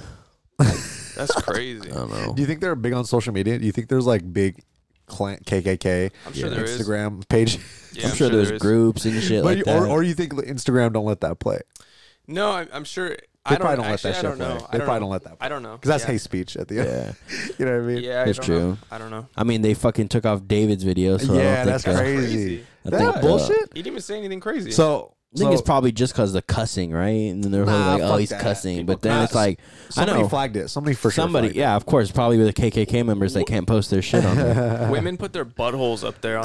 Speaker 4: That's crazy.
Speaker 2: [laughs] I don't know.
Speaker 3: Do you think they're big on social media? Do you think there's like big clan, KKK
Speaker 4: I'm sure there is.
Speaker 3: Instagram page? [laughs]
Speaker 4: Yeah,
Speaker 2: I'm, sure,
Speaker 4: there
Speaker 2: there's
Speaker 4: is.
Speaker 2: groups and shit
Speaker 3: but
Speaker 2: like
Speaker 3: you,
Speaker 2: that.
Speaker 3: or, or you think Instagram don't let that play?
Speaker 4: No, I'm, I'm sure.
Speaker 3: They
Speaker 4: I don't,
Speaker 3: probably don't
Speaker 4: actually,
Speaker 3: let
Speaker 4: I
Speaker 3: that shit
Speaker 4: don't know.
Speaker 3: play.
Speaker 4: I
Speaker 3: They
Speaker 4: don't
Speaker 3: probably
Speaker 4: know.
Speaker 3: don't let that play.
Speaker 4: I don't know.
Speaker 3: Because that's
Speaker 4: Yeah.
Speaker 3: hate speech at the end. [laughs]
Speaker 2: yeah,
Speaker 3: you know what I mean?
Speaker 4: Yeah, I
Speaker 2: It's
Speaker 4: don't know.
Speaker 2: true.
Speaker 4: I don't know.
Speaker 2: I mean they fucking took off David's video, so I
Speaker 3: yeah,
Speaker 2: don't
Speaker 3: that's
Speaker 2: think uh,
Speaker 3: crazy.
Speaker 2: I
Speaker 3: That
Speaker 2: think, uh,
Speaker 3: bullshit.
Speaker 4: He didn't even say anything crazy.
Speaker 3: So,
Speaker 2: I think
Speaker 3: so-
Speaker 2: it's probably just because the cussing, right? And then they're
Speaker 3: Nah,
Speaker 2: like, "Oh,
Speaker 3: fuck
Speaker 2: he's
Speaker 3: that.
Speaker 2: cussing,"
Speaker 3: People
Speaker 2: but then
Speaker 3: cuss.
Speaker 2: it's like,
Speaker 3: somebody
Speaker 2: I know
Speaker 3: flagged it. Somebody for sure
Speaker 2: somebody.
Speaker 3: flagged it.
Speaker 2: yeah, of course, probably with the KKK members, they can't post their shit on
Speaker 3: [laughs]
Speaker 2: there.
Speaker 4: Women put their buttholes up there on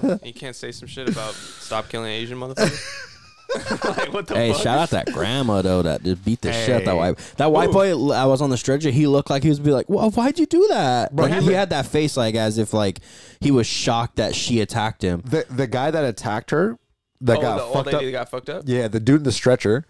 Speaker 2: [laughs]
Speaker 4: bro. you can't say some shit about stop killing Asian motherfuckers.
Speaker 2: [laughs]
Speaker 4: like, what the
Speaker 2: hey,
Speaker 4: fuck?
Speaker 2: shout out that grandma though that just beat the shit out that white. That white
Speaker 4: Ooh.
Speaker 2: boy, I was on the stretcher. He looked like he was be like, "Well, why'd you do that?"
Speaker 3: Bro,
Speaker 2: Like,
Speaker 3: he
Speaker 2: he
Speaker 3: look-
Speaker 2: had that face like as if like he was shocked that she attacked him.
Speaker 3: The the guy that attacked her, that
Speaker 4: oh,
Speaker 3: got
Speaker 4: the old
Speaker 3: fucked up.
Speaker 4: lady that got fucked up?
Speaker 3: Yeah, the dude in the stretcher,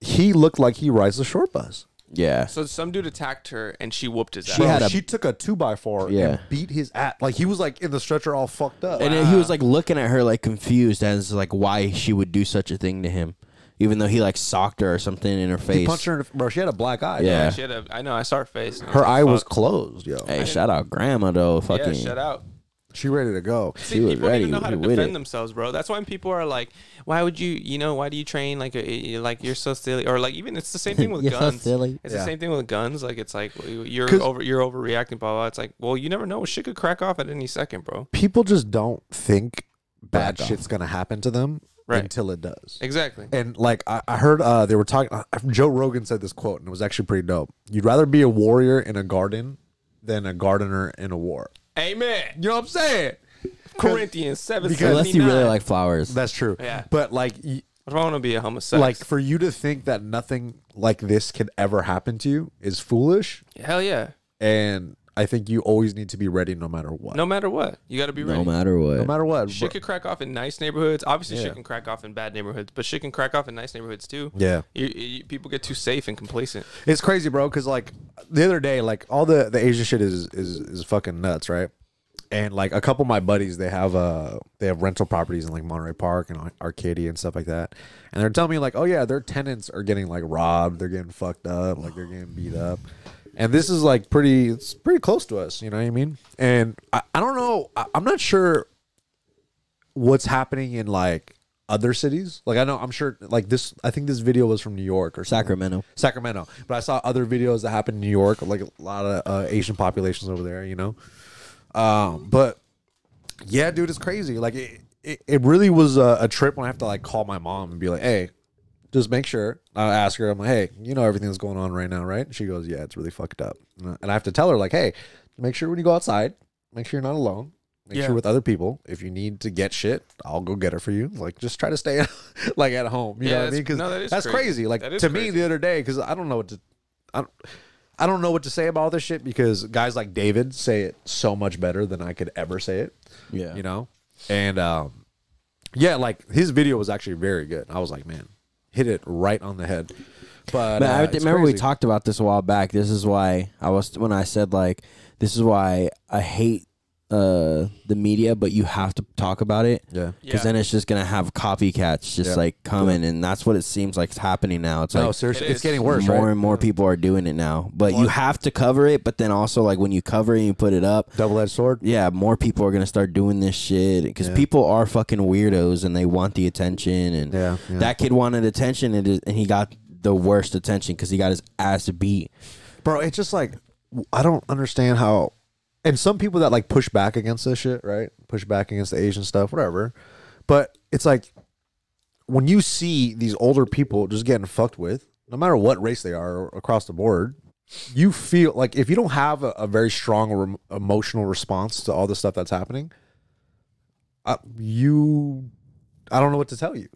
Speaker 3: he looked like he rides the short bus.
Speaker 2: Yeah,
Speaker 4: So some dude attacked her and she whooped his ass.
Speaker 2: She had a-
Speaker 3: she took a two by four
Speaker 2: Yeah.
Speaker 3: and beat his ass. Like he was like in the stretcher, all fucked up.
Speaker 2: and then he was like looking at her like confused as like why she would do such a thing to him, even though he like socked her or something in her face.
Speaker 3: he punched her, in the, bro. She had a black eye.
Speaker 2: Yeah.
Speaker 4: she had a, I know, I saw her face. and I
Speaker 3: her
Speaker 4: like,
Speaker 3: eye was
Speaker 4: fuck.
Speaker 3: closed, yo.
Speaker 2: Hey, shout out grandma though.
Speaker 4: Yeah,
Speaker 2: Fucking
Speaker 4: shout out.
Speaker 3: She ready to go.
Speaker 4: See, people don't even know how to defend themselves, bro. That's why people are like, "Why would you? You know, why do you train like a, like you're so silly?" Or like even it's the
Speaker 2: [laughs]
Speaker 4: same thing with
Speaker 2: You're so
Speaker 4: guns.
Speaker 2: silly.
Speaker 4: It's
Speaker 2: Yeah.
Speaker 4: the same thing with guns. Like it's like you're
Speaker 3: 'Cause-
Speaker 4: over you're overreacting, blah blah. It's like, well, you never know. Shit could crack off at any second, bro.
Speaker 3: People just don't think bad
Speaker 4: Back off.
Speaker 3: shit's gonna happen to them
Speaker 4: Right.
Speaker 3: until it does.
Speaker 4: Exactly.
Speaker 3: And like I, I heard uh, they were talking. Uh, Joe Rogan said this quote, and it was actually pretty dope. You'd rather be a warrior in a garden than a gardener in a war.
Speaker 4: Amen.
Speaker 3: You know what I'm saying?
Speaker 4: Corinthians seven.
Speaker 2: Unless you really like flowers.
Speaker 3: That's true.
Speaker 4: Yeah.
Speaker 3: But like, y-
Speaker 4: What if I want to be a homosexual?
Speaker 3: like for you to think that nothing like this could ever happen to you is foolish.
Speaker 4: hell yeah.
Speaker 3: And I think you always need to be ready, no matter what.
Speaker 4: No matter what, you got to be ready.
Speaker 2: matter what.
Speaker 3: No matter what.
Speaker 4: Shit could crack off in nice neighborhoods. Obviously,
Speaker 3: Yeah.
Speaker 4: shit can crack off in bad neighborhoods, but shit can crack off in nice neighborhoods too.
Speaker 3: Yeah.
Speaker 4: You, you, people get too safe and complacent.
Speaker 3: It's crazy, bro. Because like the other day, like all the the Asian shit is is is fucking nuts, right? And like a couple of my buddies, they have uh they have rental properties in like Monterey Park and Arcadia and stuff like that, and they're telling me like, oh yeah, their tenants are getting like robbed, they're getting fucked up, like they're getting beat up, and this is like pretty, it's pretty close to us, you know what I mean? And I, I don't know, I, I'm not sure what's happening in like other cities. Like I know I'm sure like this I think this video was from New York or something.
Speaker 2: Sacramento.
Speaker 3: Sacramento. But I saw other videos that happened in New York, like a lot of uh, Asian populations over there, you know. Um but yeah, dude, it's crazy. Like it it, it really was a, a trip when I have to like call my mom and be like, "Hey, just make sure." I ask her, I'm like, "Hey, you know everything that's going on right now, right?" And she goes, "Yeah, it's really fucked up." And I- and I have to tell her like, "Hey, make sure when you go outside, make sure you're not alone. Make
Speaker 4: Yeah.
Speaker 3: sure with other people. If you need to get shit, I'll go get it for you. Like just try to stay [laughs] like at home. You
Speaker 4: Yeah,
Speaker 3: know what I
Speaker 4: that's-
Speaker 3: mean? Because
Speaker 4: no, that is
Speaker 3: that's
Speaker 4: crazy.
Speaker 3: crazy. Like
Speaker 4: That is
Speaker 3: to me
Speaker 4: crazy.
Speaker 3: the other day, because I don't know what to, I don't, I don't know what to say about all this shit because guys like David say it so much better than I could ever say it.
Speaker 2: Yeah.
Speaker 3: you know, and um, yeah, like his video was actually very good. I was like, man, hit it right on the head. But,
Speaker 2: But I
Speaker 3: uh,
Speaker 2: th-
Speaker 3: it's
Speaker 2: remember we
Speaker 3: crazy.
Speaker 2: talked about this a while back. This is why I was when I said like this is why I hate uh the media, but you have to talk about it.
Speaker 3: Yeah.
Speaker 2: Because then it's just gonna have copycats just
Speaker 3: Yeah.
Speaker 2: like coming, and that's what it seems like is happening now. It's
Speaker 3: No,
Speaker 2: like
Speaker 3: seriously, It it's is. getting worse,
Speaker 2: More
Speaker 3: right?
Speaker 2: and more people are doing it now, but you have to cover it. But then also like when you cover it and you put it up,
Speaker 3: double edged sword.
Speaker 2: Yeah, more people are gonna start doing this shit because
Speaker 3: Yeah.
Speaker 2: people are fucking weirdos and they want the attention. And
Speaker 3: Yeah, yeah.
Speaker 2: that kid wanted attention and, it- and he got the worst attention because he got his ass beat.
Speaker 3: bro it's just like w- i don't understand how and some people that like push back against this shit right push back against the asian stuff whatever but it's like when you see these older people just getting fucked with no matter what race they are across the board you feel like if you don't have a, a very strong rem emotional response to all the stuff that's happening uh, you i don't know what to tell you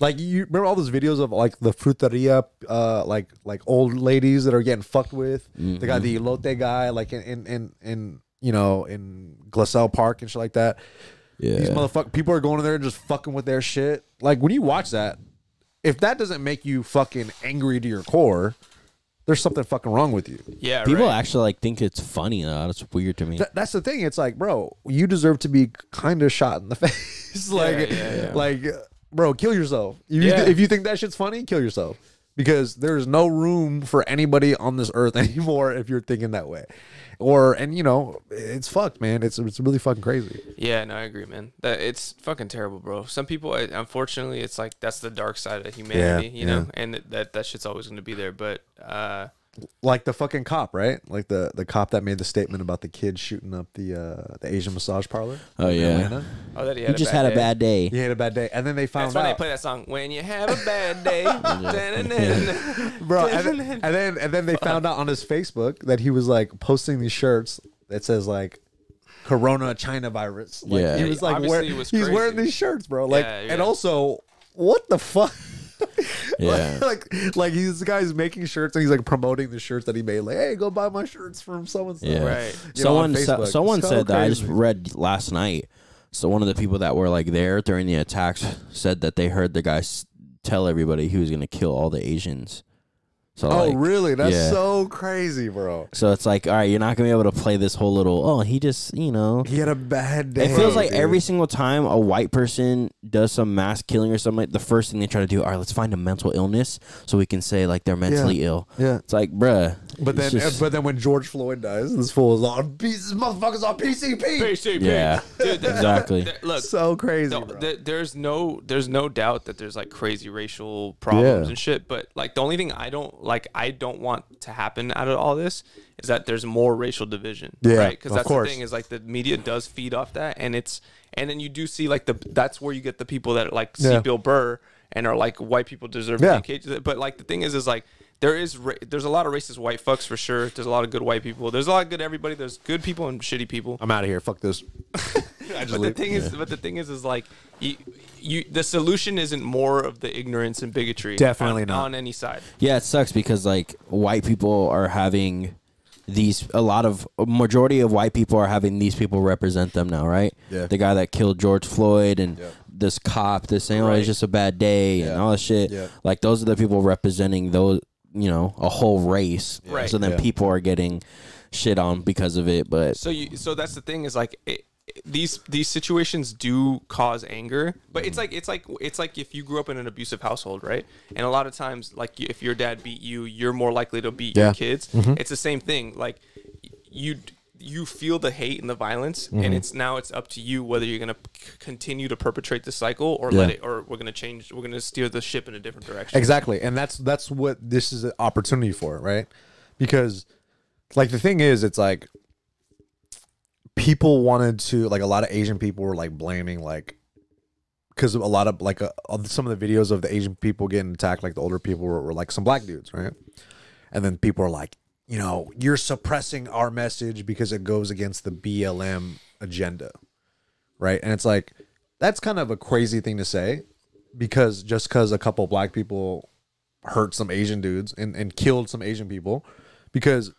Speaker 3: like you remember all those videos of like the fruteria, uh, like like old ladies that are getting fucked with. They got the elote guy, like in in in, in you know in Glacel Park and shit like that.
Speaker 2: Yeah,
Speaker 3: These motherfuck people are going in there and just fucking with their shit. Like when you watch that, if that doesn't make you fucking angry to your core, there's something fucking wrong with you.
Speaker 4: Yeah,
Speaker 2: people actually like think it's funny though. That's weird to me.
Speaker 3: Th- that's the thing. It's like, bro, you deserve to be kind of shot in the [laughs] face. like, like, bro, kill yourself. If,
Speaker 4: Yeah.
Speaker 3: you, if you think that shit's funny, kill yourself. Because there is no room for anybody on this earth [laughs] anymore if you're thinking that way. Or and you know, it's fucked, man. It's it's really fucking crazy.
Speaker 4: Yeah, no, I agree, man. That it's fucking terrible, bro. Some people, uh, unfortunately, it's like that's the dark side of humanity, you know,
Speaker 3: yeah.
Speaker 4: and th- that that shit's always gonna be there. But uh,
Speaker 3: Like the fucking cop, right? Like the the cop that made the statement about the kid shooting up the uh the Asian massage parlor.
Speaker 2: Oh,
Speaker 3: in
Speaker 2: yeah.
Speaker 3: Atlanta.
Speaker 4: oh, that he,
Speaker 2: He
Speaker 4: had
Speaker 2: just
Speaker 4: a bad
Speaker 2: had
Speaker 4: day.
Speaker 2: a bad day.
Speaker 3: He had a bad day, and then they found
Speaker 4: That's why
Speaker 3: out.
Speaker 4: they play that song. When you have a
Speaker 2: [laughs]
Speaker 4: bad day, da-na-na-na,
Speaker 3: bro. And,
Speaker 4: da-na-na-na."
Speaker 3: then- and then and then they found out on his Facebook that he was like posting these shirts that says like Corona China virus. Like,
Speaker 2: Yeah.
Speaker 3: he was
Speaker 4: Yeah,
Speaker 3: like
Speaker 4: obviously
Speaker 3: wear,
Speaker 4: it was
Speaker 3: he's
Speaker 4: crazy.
Speaker 3: wearing these shirts, bro. Like,
Speaker 4: Yeah,
Speaker 3: and
Speaker 4: yeah.
Speaker 3: also, what the fuck? [laughs]
Speaker 2: Yeah.
Speaker 3: like, like, like he's this guy's making shirts and he's like promoting the shirts that he made. Like, hey, go buy my shirts from so and so.
Speaker 2: Yeah.
Speaker 4: Right.
Speaker 3: You know, on
Speaker 2: Someone so,
Speaker 3: Facebook.
Speaker 2: someone
Speaker 3: It's so
Speaker 2: said that I just
Speaker 3: crazy.
Speaker 2: read last night. So one of the people that were like there during the attacks said that they heard the guy s- tell everybody he was going to kill all the Asians. So
Speaker 3: Oh,
Speaker 2: like,
Speaker 3: really? That's
Speaker 2: yeah.
Speaker 3: so crazy, bro.
Speaker 2: So it's like, all right, you're not gonna be able to play this whole little. Oh, he just, you know,
Speaker 3: He had a bad day.
Speaker 2: it feels like
Speaker 3: dude.
Speaker 2: every single time a white person does some mass killing or something, like the first thing they try to do, all right, let's find a mental illness so we can say like they're mentally ill.
Speaker 3: Yeah.
Speaker 2: It's like, bruh,
Speaker 3: But then, but then when George Floyd dies, this fool is on pieces. Motherfuckers on PCP. [laughs]
Speaker 4: PCP.
Speaker 2: Yeah,
Speaker 4: Dude, that-
Speaker 2: exactly.
Speaker 4: that- look,
Speaker 3: So crazy,
Speaker 4: the-
Speaker 3: bro.
Speaker 4: the- there's no, there's no doubt that there's like crazy racial problems
Speaker 3: Yeah.
Speaker 4: and shit. But like the only thing I don't like, I don't want to happen out of all this is that there's more racial division.
Speaker 3: Yeah,
Speaker 4: right? Because
Speaker 3: of
Speaker 4: that's
Speaker 3: course.
Speaker 4: the thing is like the media does feed off that, and it's and then you do see like the that's where you get the people that like see
Speaker 3: Yeah.
Speaker 4: Bill Burr and are like white people deserve to
Speaker 3: Yeah.
Speaker 4: be caged. But like the thing is, is like. There is ra- there's a lot of racist white fucks for sure. There's a lot of good white people. There's a lot of good everybody. There's good people and shitty people
Speaker 3: I'm out of here. Fuck this. [laughs] I just
Speaker 4: but
Speaker 3: leave.
Speaker 4: the thing is,
Speaker 3: Yeah.
Speaker 4: but the thing is, is like you, you, the solution isn't more of the ignorance and bigotry.
Speaker 2: Definitely
Speaker 4: on,
Speaker 2: not.
Speaker 4: on any side.
Speaker 2: Yeah, it sucks because like white people are having these a lot of a majority of white people are having these people represent them now, right?
Speaker 3: Yeah.
Speaker 2: The guy that killed George Floyd and this cop, this saying, "Oh,
Speaker 3: Right.
Speaker 2: it's just a bad day" and all that shit.
Speaker 3: Yeah.
Speaker 2: Like those are the people representing those, you know, a whole race.
Speaker 4: Yeah. Right.
Speaker 2: So then
Speaker 4: Yeah.
Speaker 2: people are getting shit on because of it, but
Speaker 4: So you, so that's the thing is like it, it- these these situations do cause anger, but
Speaker 3: Mm-hmm.
Speaker 4: it's like it's like it's like if you grew up in an abusive household, right? And a lot of times, like you- if your dad beat you, you're more likely to beat
Speaker 3: Yeah.
Speaker 4: your kids.
Speaker 3: Mhm.
Speaker 4: It's the same thing. Like y- you you feel the hate and the violence,
Speaker 3: Mhm.
Speaker 4: and it's now it's up to you whether you're gonna c- continue to perpetrate the cycle or
Speaker 3: Yeah.
Speaker 4: let it, or we're gonna change, we're gonna steer the ship in a different direction.
Speaker 3: Exactly, and that's that's what this is an opportunity for, right? Because, like, the thing is, it's like people wanted to, like, a lot of Asian people were like blaming, like, because a lot of like uh, of some of the videos of the Asian people getting attacked, like the older people were, were like some black dudes, right? And then people are like, you know, you're suppressing our message because it goes against the BLM agenda, right? And it's like that's kind of a crazy thing to say because just because a couple black people hurt some Asian dudes and, and killed some Asian people, because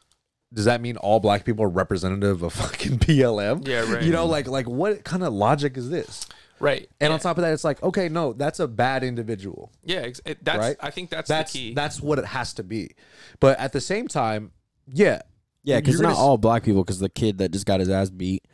Speaker 3: does that mean all black people are representative of [laughs] fucking BLM?
Speaker 4: Yeah, right.
Speaker 3: You know, like like what kind of logic is this?
Speaker 4: Right.
Speaker 3: And on top of that, it's like, okay, no, that's a bad individual.
Speaker 4: Yeah, ex- it, that's.
Speaker 3: Right?
Speaker 4: I think that's,
Speaker 3: That's
Speaker 4: the key.
Speaker 3: that's what it has to be. But at the same time, yeah.
Speaker 2: yeah, cuz
Speaker 3: you're
Speaker 2: not
Speaker 3: gonna
Speaker 2: all black people cuz the kid that just got his ass beat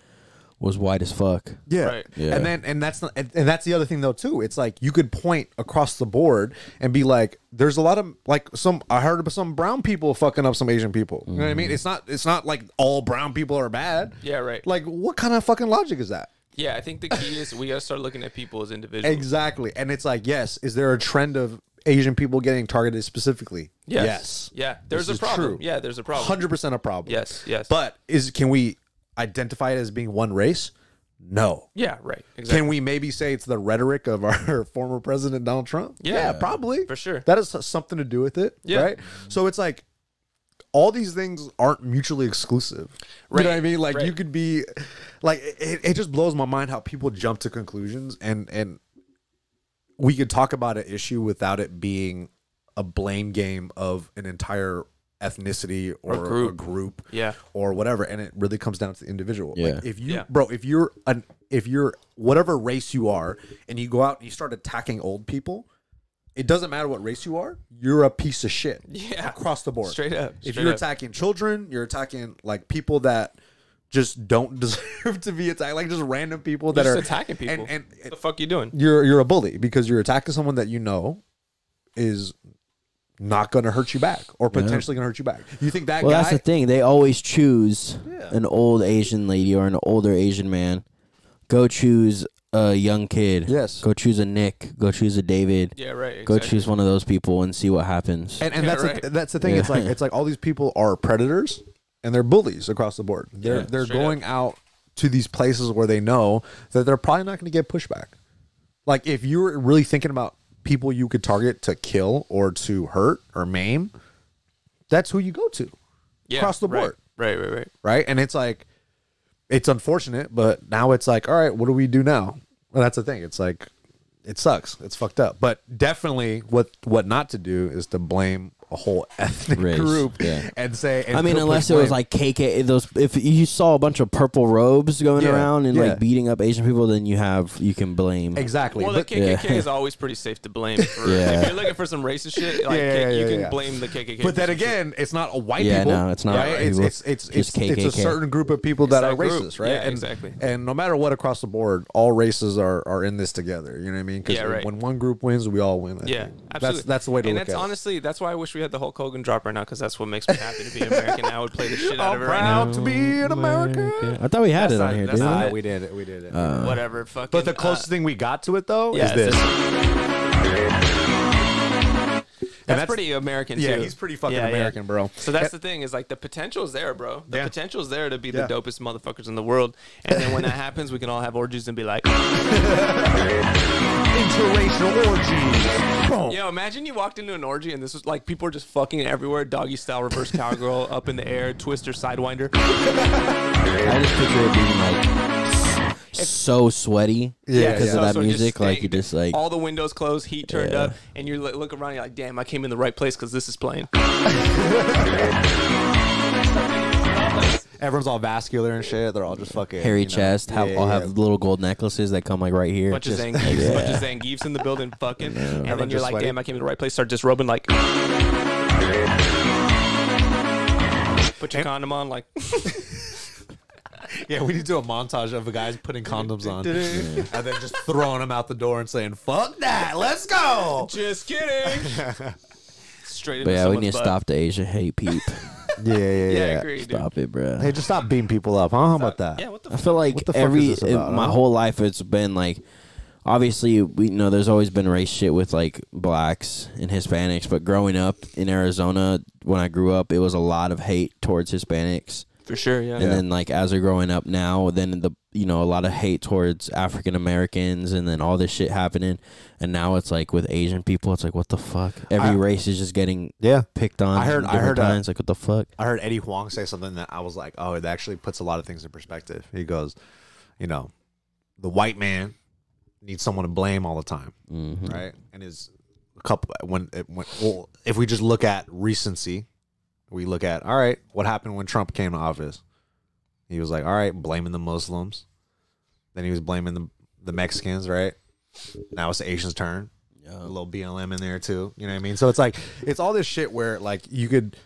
Speaker 2: was white as fuck.
Speaker 3: Yeah.
Speaker 2: Yeah.
Speaker 3: And then and that's not and, and that's the other thing though too. It's like you could point across the board and be like, there's a lot of like some I heard about some brown people fucking up some Asian people. You know what I mean? It's not it's not like all brown people are bad.
Speaker 4: Yeah, right.
Speaker 3: Like what kind of fucking logic is that?
Speaker 4: Yeah, I think the key is we gotta start looking at people as individuals.
Speaker 3: Exactly. And it's like, yes, is there a trend of Asian people getting targeted specifically?
Speaker 4: Yes. Yeah, there's
Speaker 3: This
Speaker 4: a
Speaker 3: is
Speaker 4: problem.
Speaker 3: true.
Speaker 4: Yeah, there's a problem.
Speaker 3: Hundred percent a problem.
Speaker 4: Yes, yes.
Speaker 3: But is can we identify it as being one race? No.
Speaker 4: Yeah, right. Exactly.
Speaker 3: Can we maybe say it's the rhetoric of our [laughs] former president Donald Trump?
Speaker 4: Yeah.
Speaker 3: probably
Speaker 4: For sure.
Speaker 3: That has something to do with it,
Speaker 4: Yeah.
Speaker 3: right? So it's like all these things aren't mutually exclusive. You know what I mean? Like you could be like it, it just blows my mind how people jump to conclusions and and we could talk about an issue without it being a blame game of an entire ethnicity or,
Speaker 4: Or
Speaker 3: a
Speaker 4: group.
Speaker 3: group,
Speaker 4: Yeah.
Speaker 3: or whatever and it really comes down to the individual
Speaker 4: Yeah.
Speaker 3: like if you
Speaker 4: Yeah.
Speaker 3: bro if you're an if you're whatever race you are and you go out and you start attacking old people it doesn't matter what race you are you're a piece of shit
Speaker 4: [laughs] Yeah.
Speaker 3: across the board
Speaker 4: Straight up,
Speaker 3: if
Speaker 4: straight
Speaker 3: you're
Speaker 4: up.
Speaker 3: attacking children you're attacking like people that just don't [laughs] deserve to be attacked like just random people that
Speaker 4: You're
Speaker 3: are
Speaker 4: just attacking people.
Speaker 3: and, and
Speaker 4: the fuck you doing?
Speaker 3: you're you're a bully because you're attacking someone that you know is not going to hurt you back or
Speaker 2: Yeah.
Speaker 3: potentially going to hurt you back. You think that
Speaker 2: well,
Speaker 3: guy
Speaker 2: that's the thing. They always choose an old Asian lady or an older Asian man. Go choose a young kid. Yes. Go choose a Nick. Go choose a David.
Speaker 3: Yeah, right,
Speaker 2: Go
Speaker 3: exactly.
Speaker 2: choose one of those people and see what happens.
Speaker 3: and, and
Speaker 2: [laughs]
Speaker 3: that's the, that's the thing. It's
Speaker 2: Yeah.
Speaker 3: like it's like all these people are predators and they're bullies across the board. They're
Speaker 2: Yeah,
Speaker 3: they're
Speaker 2: straight
Speaker 3: going out to these places where they know that they're probably not going to get pushback. Like if you're really thinking about people you could target to kill or to hurt or maim, that's who you go to
Speaker 4: Yeah,
Speaker 3: across the
Speaker 4: right,
Speaker 3: board.
Speaker 4: Right, right, right.
Speaker 3: right? And it's like, it's unfortunate, but now it's like, all right, what do we do now? And that's the thing. It's like, it sucks. It's fucked up. But definitely, what what not to do is to blame a whole [laughs] ethnic
Speaker 2: Race,
Speaker 3: group
Speaker 2: yeah.
Speaker 3: and say. And
Speaker 2: I mean,
Speaker 3: put-
Speaker 2: unless
Speaker 3: put
Speaker 2: it was
Speaker 3: blame.
Speaker 2: like KK, those if you saw a bunch of purple robes going
Speaker 3: Yeah,
Speaker 2: around and
Speaker 3: yeah.
Speaker 2: like beating up Asian people, then you have you can blame
Speaker 3: Exactly.
Speaker 4: Well, the KKK is always pretty safe to
Speaker 3: [laughs]
Speaker 4: blame. For,
Speaker 2: Yeah.
Speaker 4: If you're looking for some racist shit, like,
Speaker 3: Yeah, yeah,
Speaker 4: you
Speaker 3: yeah,
Speaker 4: can
Speaker 3: yeah.
Speaker 4: blame the KKK.
Speaker 3: But then
Speaker 4: for some shit.
Speaker 3: again, it's not a white
Speaker 2: Yeah,
Speaker 3: people.
Speaker 2: no, it's not
Speaker 3: Right?
Speaker 2: white
Speaker 3: It's
Speaker 2: people.
Speaker 3: it's it's it's,
Speaker 2: Just
Speaker 3: it's a
Speaker 2: KKK.
Speaker 3: certain group of people
Speaker 4: It's
Speaker 3: that
Speaker 4: that
Speaker 3: are
Speaker 4: group.
Speaker 3: racist, right?
Speaker 4: Yeah,
Speaker 3: and,
Speaker 4: exactly.
Speaker 3: And no matter what, across the board, all races are are in this together. You know what I mean? Because
Speaker 4: Yeah, right.
Speaker 3: when one group wins, we all win. I
Speaker 4: Yeah,
Speaker 3: think.
Speaker 4: absolutely.
Speaker 3: That's that's the way to
Speaker 4: and
Speaker 3: look
Speaker 4: that's
Speaker 3: at it.
Speaker 4: honestly that's why I wish we we had the Hulk Hogan drop right now because that's what makes me happy to be American. I would play the shit out of it right now.
Speaker 3: Proud to be an American.
Speaker 2: I thought we had
Speaker 4: That's
Speaker 2: it
Speaker 4: not-
Speaker 2: on here,
Speaker 4: that's
Speaker 2: didn't
Speaker 4: not
Speaker 2: we?
Speaker 3: We
Speaker 4: it.
Speaker 3: did it. We did it.
Speaker 2: Uh,
Speaker 4: Whatever. Fucking.
Speaker 3: But the closest thing we got to it though
Speaker 4: yeah,
Speaker 3: is
Speaker 4: it's
Speaker 3: this.
Speaker 4: That's, pretty American
Speaker 3: yeah,
Speaker 4: too.
Speaker 3: he's pretty fucking
Speaker 4: Yeah, yeah.
Speaker 3: American, bro.
Speaker 4: So that's the thing is like the potential's there, bro. The potential's there to be
Speaker 3: Yeah.
Speaker 4: the dopest motherfuckers in the world. And then when that happens, we can all have orgies and be like,
Speaker 3: interracial orgies.
Speaker 4: Yo, imagine you walked into an orgy and this was like people were just fucking everywhere, doggy style, reverse cowgirl, up in the air, twister, sidewinder.
Speaker 2: I just picture it being like so sweaty.
Speaker 4: Yeah,
Speaker 2: because
Speaker 4: yeah.
Speaker 2: of that
Speaker 4: So- so just
Speaker 2: music. like
Speaker 4: stay-
Speaker 2: you just like
Speaker 4: all the windows closed, heat turned
Speaker 2: Yeah.
Speaker 4: up, and you look look around. You're like, damn, I came in the right place because this is playing.
Speaker 3: Everyone's all vascular and shit. They're all just fucking
Speaker 2: hairy
Speaker 3: you know.
Speaker 2: chest. Have
Speaker 3: Yeah,
Speaker 2: I'll
Speaker 3: yeah.
Speaker 2: have little gold necklaces that come like right here.
Speaker 4: bunch of
Speaker 2: Just- [laughs]
Speaker 4: Zangiefs,
Speaker 2: yeah.
Speaker 4: bunch of Zangiefs in the building, fucking. And then
Speaker 2: Everyone's
Speaker 4: you're
Speaker 2: just
Speaker 4: like,
Speaker 2: sweaty.
Speaker 4: damn, I came in the right place. Start disrobing, like. Put your condom on, like.
Speaker 3: Yeah, we need to do a montage of the guys putting condoms on and then just throwing them out the door and saying "fuck that, let's go."
Speaker 2: [laughs]
Speaker 4: Just kidding. Straight into
Speaker 2: But yeah, we
Speaker 4: someone's
Speaker 2: need to
Speaker 4: butt.
Speaker 2: stop the Asian hate
Speaker 4: [laughs]
Speaker 2: peep.
Speaker 3: Yeah, yeah,
Speaker 4: Yeah, I agree, dude.
Speaker 2: Stop it, bro.
Speaker 3: Hey, just stop beating people up, huh? How about that? Yeah,
Speaker 4: what the
Speaker 2: I feel like
Speaker 3: What the fuck
Speaker 2: every
Speaker 3: is this about,
Speaker 2: it- my
Speaker 3: huh?
Speaker 2: whole life it's been like obviously we you know there's always been race shit with like blacks and Hispanics, but growing up in Arizona when I grew up it was a lot of hate towards Hispanics.
Speaker 4: For sure, yeah.
Speaker 2: And then like as they're growing up now, then the you know, a lot of hate towards African Americans and then all this shit happening. And now it's like with Asian people, it's like what the fuck? Every
Speaker 3: I-
Speaker 2: race is just getting
Speaker 3: Yeah.
Speaker 2: picked on.
Speaker 3: I heard- I
Speaker 2: different
Speaker 3: heard, uh,
Speaker 2: times. like what the fuck?
Speaker 3: I heard Eddie Huang say something that I was like, "Oh, it actually puts a lot of things in perspective." He goes, "You know, the white man needs someone to blame all the time,
Speaker 2: Mm-hmm.
Speaker 3: right?" And his a couple when it went. Well, if we just look at recency, we look at all right, what happened when Trump came to office? He was like, "All right, blaming the Muslims." Then he was blaming the the Mexicans, right? Now it's the Asians' turn. A little BLM in there too. You know what I mean? So it's like it's all this shit where like you could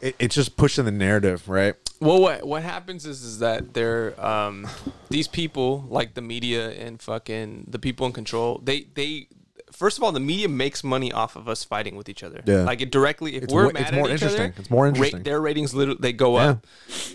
Speaker 3: it, it's just pushing the narrative, right?
Speaker 4: Well, what what happens is is that they're um, these people like the media and fucking the people in control. They they first of all, the media makes money off of us fighting with each other.
Speaker 3: Yeah.
Speaker 4: Like it directly. If
Speaker 3: It's
Speaker 4: we're
Speaker 3: wa-
Speaker 4: mad
Speaker 3: it's more
Speaker 4: at each
Speaker 3: interesting.
Speaker 4: other,
Speaker 3: It's more
Speaker 4: ra-
Speaker 3: interesting.
Speaker 4: their ratings literally they go up.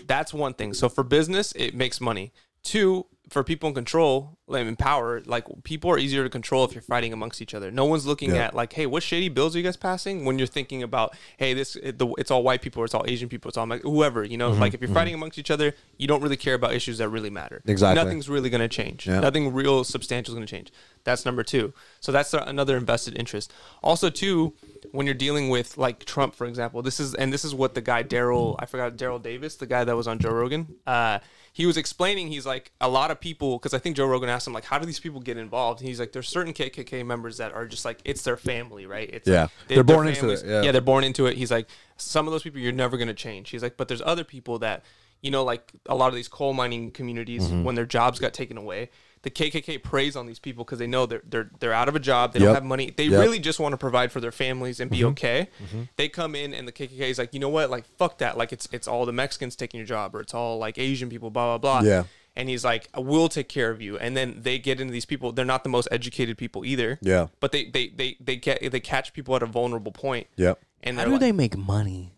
Speaker 4: That's one thing. So for business, it makes money. Two. For people in control, like in power, like people are easier to control if you're fighting amongst each other. No one's looking
Speaker 3: Yeah.
Speaker 4: at like, hey, what shady bills are you guys passing? When you're thinking about, hey, this it, the, it's all white people, it's all Asian people, it's all like whoever, you know.
Speaker 3: Mhm,
Speaker 4: Like if you're
Speaker 3: mhm.
Speaker 4: fighting amongst each other, you don't really care about issues that really matter.
Speaker 3: Exactly.
Speaker 4: nothing's really going to change.
Speaker 3: Yeah.
Speaker 4: Nothing real substantial is going to change. That's number two. So that's a- another invested interest. Also, too, when you're dealing with like Trump, for example, this is and this is what the guy Daryl, I forgot Daryl Davis, the guy that was on Joe Rogan. Uh, he was explaining. He's like a lot of people because I think Joe Rogan asked him like, how do these people get involved? And he's like, there's certain KKK members that are just like it's their family, right? It's
Speaker 3: Yeah.
Speaker 4: like,
Speaker 3: They're
Speaker 4: their
Speaker 3: born into
Speaker 4: families-
Speaker 3: it, yeah.
Speaker 4: yeah, they're born into it. He's like, some of those people you're never going to change. He's like, but there's other people that, you know, like a lot of these coal mining communities,
Speaker 3: Mhm.
Speaker 4: when their jobs got taken away, the KKK preys on these people because they know they're, they're, they're out of a job. They don't
Speaker 3: Yep.
Speaker 4: have money. They
Speaker 3: Yep.
Speaker 4: really just want to provide for their families and be
Speaker 3: Mhm.
Speaker 4: okay.
Speaker 3: Mhm.
Speaker 4: They come in and the KKK is like, you know what? Like, fuck that. Like, it's, it's all the Mexicans taking your job or it's all like Asian people, blah, blah, blah.
Speaker 3: Yeah.
Speaker 4: And he's like, we'll take care of you. And then they get into these people. They're not the most educated people either.
Speaker 3: Yeah.
Speaker 4: But they, they, they, they get, they catch people at a vulnerable point.
Speaker 3: Yep.
Speaker 4: And
Speaker 2: How
Speaker 4: they're
Speaker 2: do
Speaker 4: like,
Speaker 2: they make money?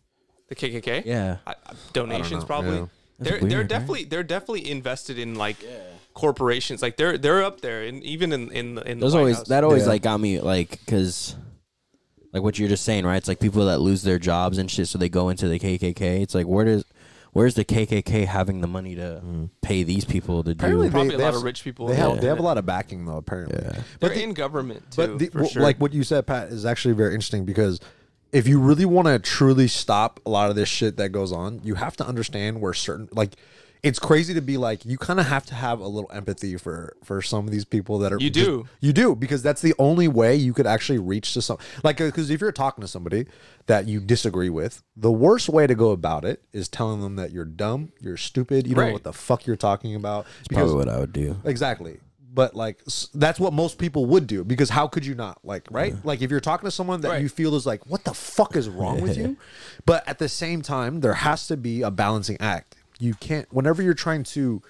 Speaker 4: the KKK?
Speaker 2: Yeah.
Speaker 4: I, I- donations
Speaker 2: know,
Speaker 4: probably.
Speaker 2: yeah. That's
Speaker 4: They're
Speaker 2: weird,
Speaker 4: they're
Speaker 2: right?
Speaker 4: definitely they're definitely invested in like corporations. Like they're they're up there and even in in the- in the
Speaker 2: Those
Speaker 4: White
Speaker 2: always
Speaker 4: House.
Speaker 2: that always like got me like because like what you're just saying right it's like people that lose their jobs and shit so they go into the kkk it's like where does where's the kkk having the money to pay these people to
Speaker 3: Mm. Apparently,
Speaker 2: do
Speaker 4: Probably a lot
Speaker 3: have-
Speaker 4: of rich people
Speaker 3: They have
Speaker 4: involved
Speaker 3: they
Speaker 4: in
Speaker 3: have a
Speaker 4: it.
Speaker 3: lot of backing though. Apparently,
Speaker 4: they're in government too.
Speaker 3: But the,
Speaker 4: for
Speaker 3: w-
Speaker 4: sure.
Speaker 3: like what you said, Pat, is actually very interesting because if you really want to truly stop a lot of this shit that goes on, you have to understand where certain like it's crazy to be like you kind of have to have a little empathy for for some of these people that are
Speaker 4: You
Speaker 3: just-
Speaker 4: do.
Speaker 3: you do because that's the only way you could actually reach to some like because if you're talking to somebody that you disagree with the worst way to go about it is telling them that you're dumb you're stupid you don't
Speaker 2: Right.
Speaker 3: know what the fuck you're talking about
Speaker 2: probably what I would do.
Speaker 3: Exactly. But like s- that's what most people would do because how could you not like right? Like if you're talking to someone that you feel is like what the fuck is wrong
Speaker 2: [laughs]
Speaker 3: with you? But at the same time there has to be a balancing act. You can't whenever you're trying to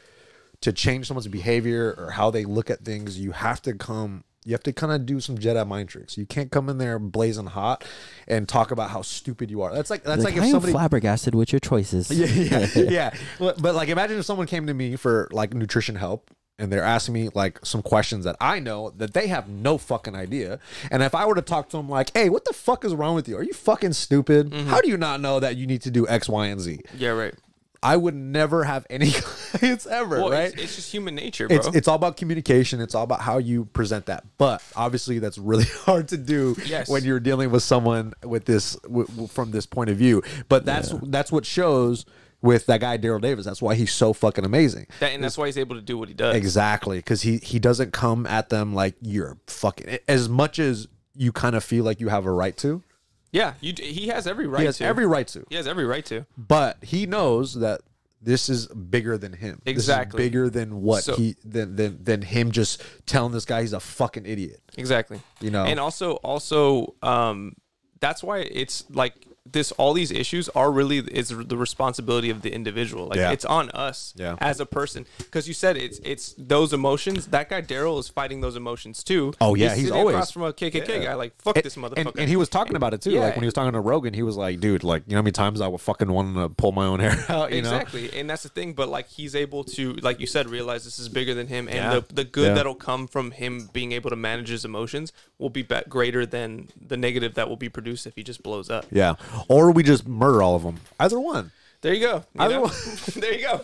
Speaker 3: to change someone's behavior or how they look at things, you have to come You have to kind of do some Jedi mind tricks. You can't come in there blazing hot and talk about how stupid you are. That's like that's like,
Speaker 2: I
Speaker 3: if
Speaker 2: am
Speaker 3: somebody
Speaker 2: flabbergasted with your choices.
Speaker 3: [laughs] yeah,
Speaker 4: [laughs]
Speaker 3: yeah, yeah. [laughs] But, but, like, imagine if someone came to me for like nutrition help, and they're asking me like some questions that I know that they have no fucking idea. And if I were to talk to them like, "Hey, what the fuck is wrong with you? Are you fucking stupid? How do you not know that you need to do X, Y, and Z?"
Speaker 4: Mm-hmm. Yeah, right.
Speaker 3: I would never have any [laughs] clients ever,
Speaker 4: Well,
Speaker 3: right?
Speaker 4: It's, it's just human nature, bro.
Speaker 3: It's, it's all about communication. It's all about how you present that. But obviously, that's really [laughs] hard to do
Speaker 4: Yes.
Speaker 3: when you're dealing with someone with this w- w- from this point of view. But that's that's what shows with that guy Daryl Davis. That's why he's so fucking amazing.
Speaker 4: that, and that's why he's able to do what he does.
Speaker 3: Exactly, because he he doesn't come at them like you're fucking as much as you kind of feel like you have a right to.
Speaker 4: Yeah, you, d- he has every right.
Speaker 3: has
Speaker 4: to.
Speaker 3: every right to.
Speaker 4: He has every right to.
Speaker 3: But he knows that this is bigger than him. This is
Speaker 4: Exactly.
Speaker 3: bigger than what
Speaker 4: So-
Speaker 3: he than, than than him just telling this guy he's a fucking idiot.
Speaker 4: Exactly.
Speaker 3: You know?
Speaker 4: And also also um that's why it's like this all these issues are really it's the responsibility of the individual. Like
Speaker 3: Yeah.
Speaker 4: it's on us
Speaker 3: Yeah.
Speaker 4: as a person cuz you said it's it's those emotions. That guy Daryl is fighting those emotions too.
Speaker 3: Oh yeah, he's,
Speaker 4: sitting
Speaker 3: always
Speaker 4: across from a KKK
Speaker 3: Yeah.
Speaker 4: guy like fuck
Speaker 3: And-
Speaker 4: this motherfucker.
Speaker 3: And, and he was talking about it too.
Speaker 4: Yeah.
Speaker 3: Like when he was talking to Rogan, he was like, "Dude, like you know how many times I would fucking want to pull my own hair [laughs] out." uh, You know?
Speaker 4: exactly and that's the thing but like he's able to like you said realize this is bigger than him and
Speaker 3: Yeah.
Speaker 4: the, the good
Speaker 3: Yeah.
Speaker 4: that'll come from him being able to manage his emotions will be, be greater than the negative that will be produced if he just blows up
Speaker 3: Yeah. Or we just murder all of them. Either one.
Speaker 4: there you go you
Speaker 3: Either
Speaker 4: know?
Speaker 3: one.
Speaker 4: [laughs] there you go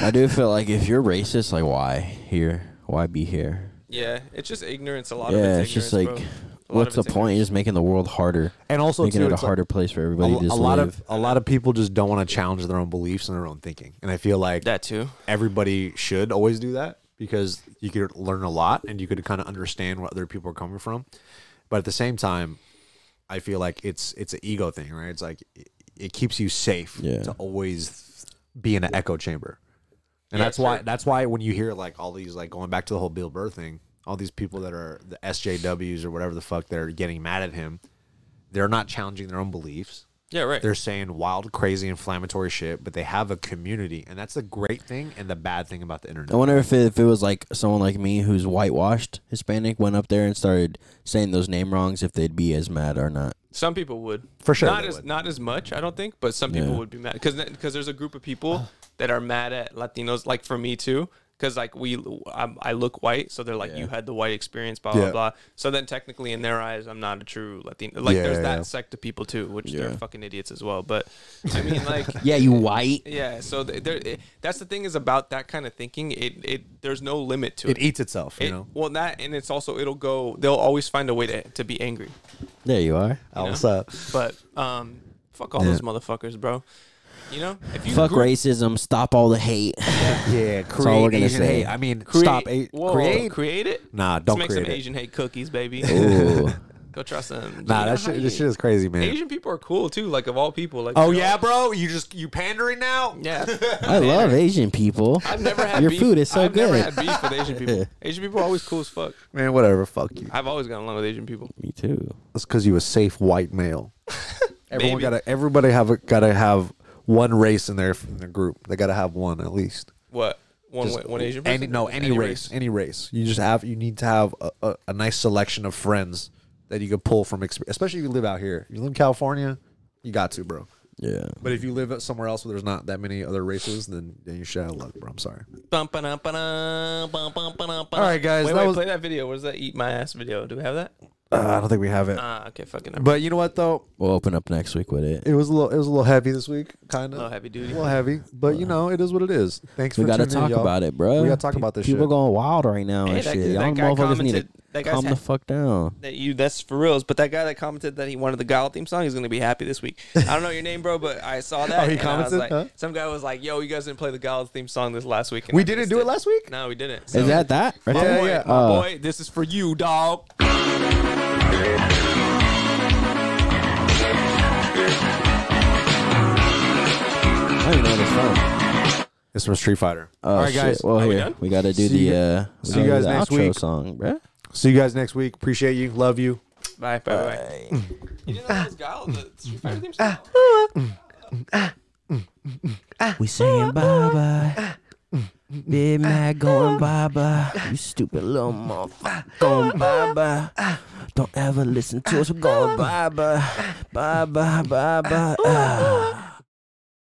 Speaker 2: I do feel like if you're racist, like why here? Why be here?
Speaker 4: yeah it's just ignorance a lot of
Speaker 2: yeah,
Speaker 4: it's,
Speaker 2: it's just like,
Speaker 4: ignorance, bro. A lot
Speaker 2: what's the
Speaker 4: of it's
Speaker 2: point? You're just making the world harder,
Speaker 3: And also,
Speaker 2: making
Speaker 3: too,
Speaker 2: it a
Speaker 3: it's like-
Speaker 2: harder place for everybody
Speaker 3: a,
Speaker 2: to just
Speaker 3: a lot
Speaker 2: live.
Speaker 3: of a lot of people just don't want to challenge their own beliefs and their own thinking, and I feel like
Speaker 4: that too.
Speaker 3: Everybody should always do that because you could learn a lot and you could kind of understand where other people are coming from. But at the same time, I feel like it's it's an ego thing, right? It's like it, it keeps you safe to always be in an echo chamber, and
Speaker 4: Yeah,
Speaker 3: that's why
Speaker 4: sure.
Speaker 3: that's why when you hear like all these like going back to the whole Bill Burr thing, all these people that are the SJWs or whatever the fuck they're getting mad at him, they're not challenging their own beliefs.
Speaker 4: Yeah, right.
Speaker 3: They're saying wild, crazy, inflammatory shit, but they have a community, and that's the great thing and the bad thing about the internet.
Speaker 2: I wonder if it, if it was like someone like me who's whitewashed Hispanic went up there and started saying those name wrongs, if they'd be as mad or not.
Speaker 4: Some people would
Speaker 2: For sure
Speaker 4: Not
Speaker 2: they
Speaker 4: as not as much, I don't think, but some people
Speaker 2: Yeah.
Speaker 4: would be mad because because there's a group
Speaker 2: [sighs]
Speaker 4: of people that are mad at Latinos, like for me too. Because like we, I'm, I look white, so they're like, you had the white experience, blah blah
Speaker 3: Yeah.
Speaker 4: blah. So then technically, in their eyes, I'm not a true Latino. Like
Speaker 3: Yeah,
Speaker 4: there's that
Speaker 3: yeah.
Speaker 4: sect of people too, which they're
Speaker 3: Yeah.
Speaker 4: fucking idiots as well. But I mean, like,
Speaker 2: [laughs] Yeah, you white.
Speaker 4: yeah. So th- there, it- that's the thing is about that kind of thinking. It it there's no limit to it.
Speaker 3: It eats itself, you know?
Speaker 4: Well, that and it's also it'll go. They'll always find a way to to be angry.
Speaker 2: There you are.
Speaker 4: you know? But um, fuck all
Speaker 2: Yeah.
Speaker 4: those motherfuckers, bro. You know, if you
Speaker 2: Fuck
Speaker 4: grew-
Speaker 2: racism. Stop all the hate.
Speaker 3: Yeah,
Speaker 2: That's all we're
Speaker 3: create
Speaker 2: gonna
Speaker 3: Asian
Speaker 2: say.
Speaker 3: hate. I mean,
Speaker 4: create,
Speaker 3: stop a-
Speaker 4: whoa,
Speaker 3: create-
Speaker 4: create it.
Speaker 3: Nah,
Speaker 4: Let's
Speaker 3: don't
Speaker 4: make
Speaker 3: create
Speaker 4: some
Speaker 3: it.
Speaker 4: Asian hate cookies, baby.
Speaker 3: Ooh.
Speaker 4: [laughs] Go trust them.
Speaker 3: Nah, that shit- this shit is crazy, man.
Speaker 4: Asian people are cool too. Like of all people, like
Speaker 3: Oh
Speaker 4: you know,
Speaker 3: yeah, bro, you just you pandering now?
Speaker 4: [laughs]
Speaker 3: [laughs]
Speaker 4: Yeah,
Speaker 2: [laughs] I love Asian people.
Speaker 4: I've never had
Speaker 2: your
Speaker 4: beef.
Speaker 2: food is so
Speaker 4: I've
Speaker 2: good.
Speaker 4: never had beef with Asian
Speaker 3: [laughs]
Speaker 4: people. Asian people are always cool as fuck.
Speaker 3: man, whatever. Fuck you.
Speaker 4: I've always gotten along with Asian people.
Speaker 2: Me too.
Speaker 3: That's because you a safe white [laughs] male. Everyone
Speaker 4: Maybe.
Speaker 3: gotta everybody have a, gotta have one race in their in their group. They gotta have one at least.
Speaker 4: What one
Speaker 3: Just
Speaker 4: wa- one Asian person?
Speaker 3: Any, no, any, race, any race. You just have you need to have a, a, a nice selection of friends that you could pull from. Experience. Especially if you live out here. You live in California, you got to, bro.
Speaker 2: Yeah.
Speaker 3: But if you live somewhere else where there's not that many other races, then then you should have luck, bro. I'm sorry.
Speaker 4: Bum, ba-dum, ba-dum, bum, bum, ba-dum,
Speaker 3: All right, guys,
Speaker 4: Wait,
Speaker 3: that
Speaker 4: wait,
Speaker 3: was-
Speaker 4: play that video. What is that? Eat my ass video. Do we have that?
Speaker 3: Uh, I don't think we have it.
Speaker 4: Ah, okay, fucking.
Speaker 3: But you know what though?
Speaker 2: We'll open up next week with it.
Speaker 3: It was a little it was a little heavy this week, kind of.
Speaker 4: Little heavy duty.
Speaker 3: A little heavy, Uh, but you know it is what it is. Thanks.
Speaker 2: we
Speaker 3: for
Speaker 2: gotta
Speaker 3: tuning in,
Speaker 2: talk
Speaker 3: y'all.
Speaker 2: about it, bro.
Speaker 3: We gotta talk about this.
Speaker 2: People
Speaker 3: shit.
Speaker 2: going wild right now
Speaker 3: Oh,
Speaker 4: Hey,
Speaker 2: and
Speaker 4: that-
Speaker 2: shit.
Speaker 4: that
Speaker 2: Y'all
Speaker 4: guy
Speaker 2: motherfuckers need
Speaker 4: commented- that
Speaker 2: to
Speaker 4: guy's
Speaker 2: calm the
Speaker 4: had-
Speaker 2: fuck down.
Speaker 4: That you that's for reals. But that guy that commented that he wanted the Guile theme song, he's gonna be happy this week. I don't know your name, bro, but
Speaker 3: [laughs]
Speaker 4: I saw that.
Speaker 3: Oh, he
Speaker 4: and I was
Speaker 3: commented?
Speaker 4: like-
Speaker 3: Huh?
Speaker 4: Some guy was like, "Yo, you guys didn't play the Guile theme song this last week." and
Speaker 3: We
Speaker 4: I
Speaker 3: didn't
Speaker 4: missed
Speaker 3: do it last week.
Speaker 4: No, we didn't.
Speaker 2: Is that that? Right
Speaker 4: my
Speaker 2: there?
Speaker 4: boy,
Speaker 2: Yeah, yeah.
Speaker 4: my
Speaker 2: Oh.
Speaker 4: boy, this is for you, dog.
Speaker 2: I don't even know this phone.
Speaker 3: It's from Street Fighter.
Speaker 2: Oh,
Speaker 3: All right,
Speaker 2: shit.
Speaker 3: guys.
Speaker 2: Well,
Speaker 3: Are we
Speaker 2: here
Speaker 3: done?
Speaker 2: we, gotta do
Speaker 3: See
Speaker 2: the
Speaker 3: you-
Speaker 2: uh, we
Speaker 3: see
Speaker 2: gotta
Speaker 3: you
Speaker 2: do
Speaker 3: guys
Speaker 2: the
Speaker 3: next
Speaker 2: outro
Speaker 3: week.
Speaker 2: song, bruh.
Speaker 3: See you guys next week. Appreciate you. Love you.
Speaker 4: Bye, bye, bye. You didn't know that was Guile, the Street Fighter theme
Speaker 3: Ah.
Speaker 4: song.
Speaker 2: We saying bye bye.
Speaker 1: Big Mac going bye bye. You stupid little motherfucker going bye bye. Don't ever listen to us. We're going bye bye. Bye bye. Bye bye. Ah.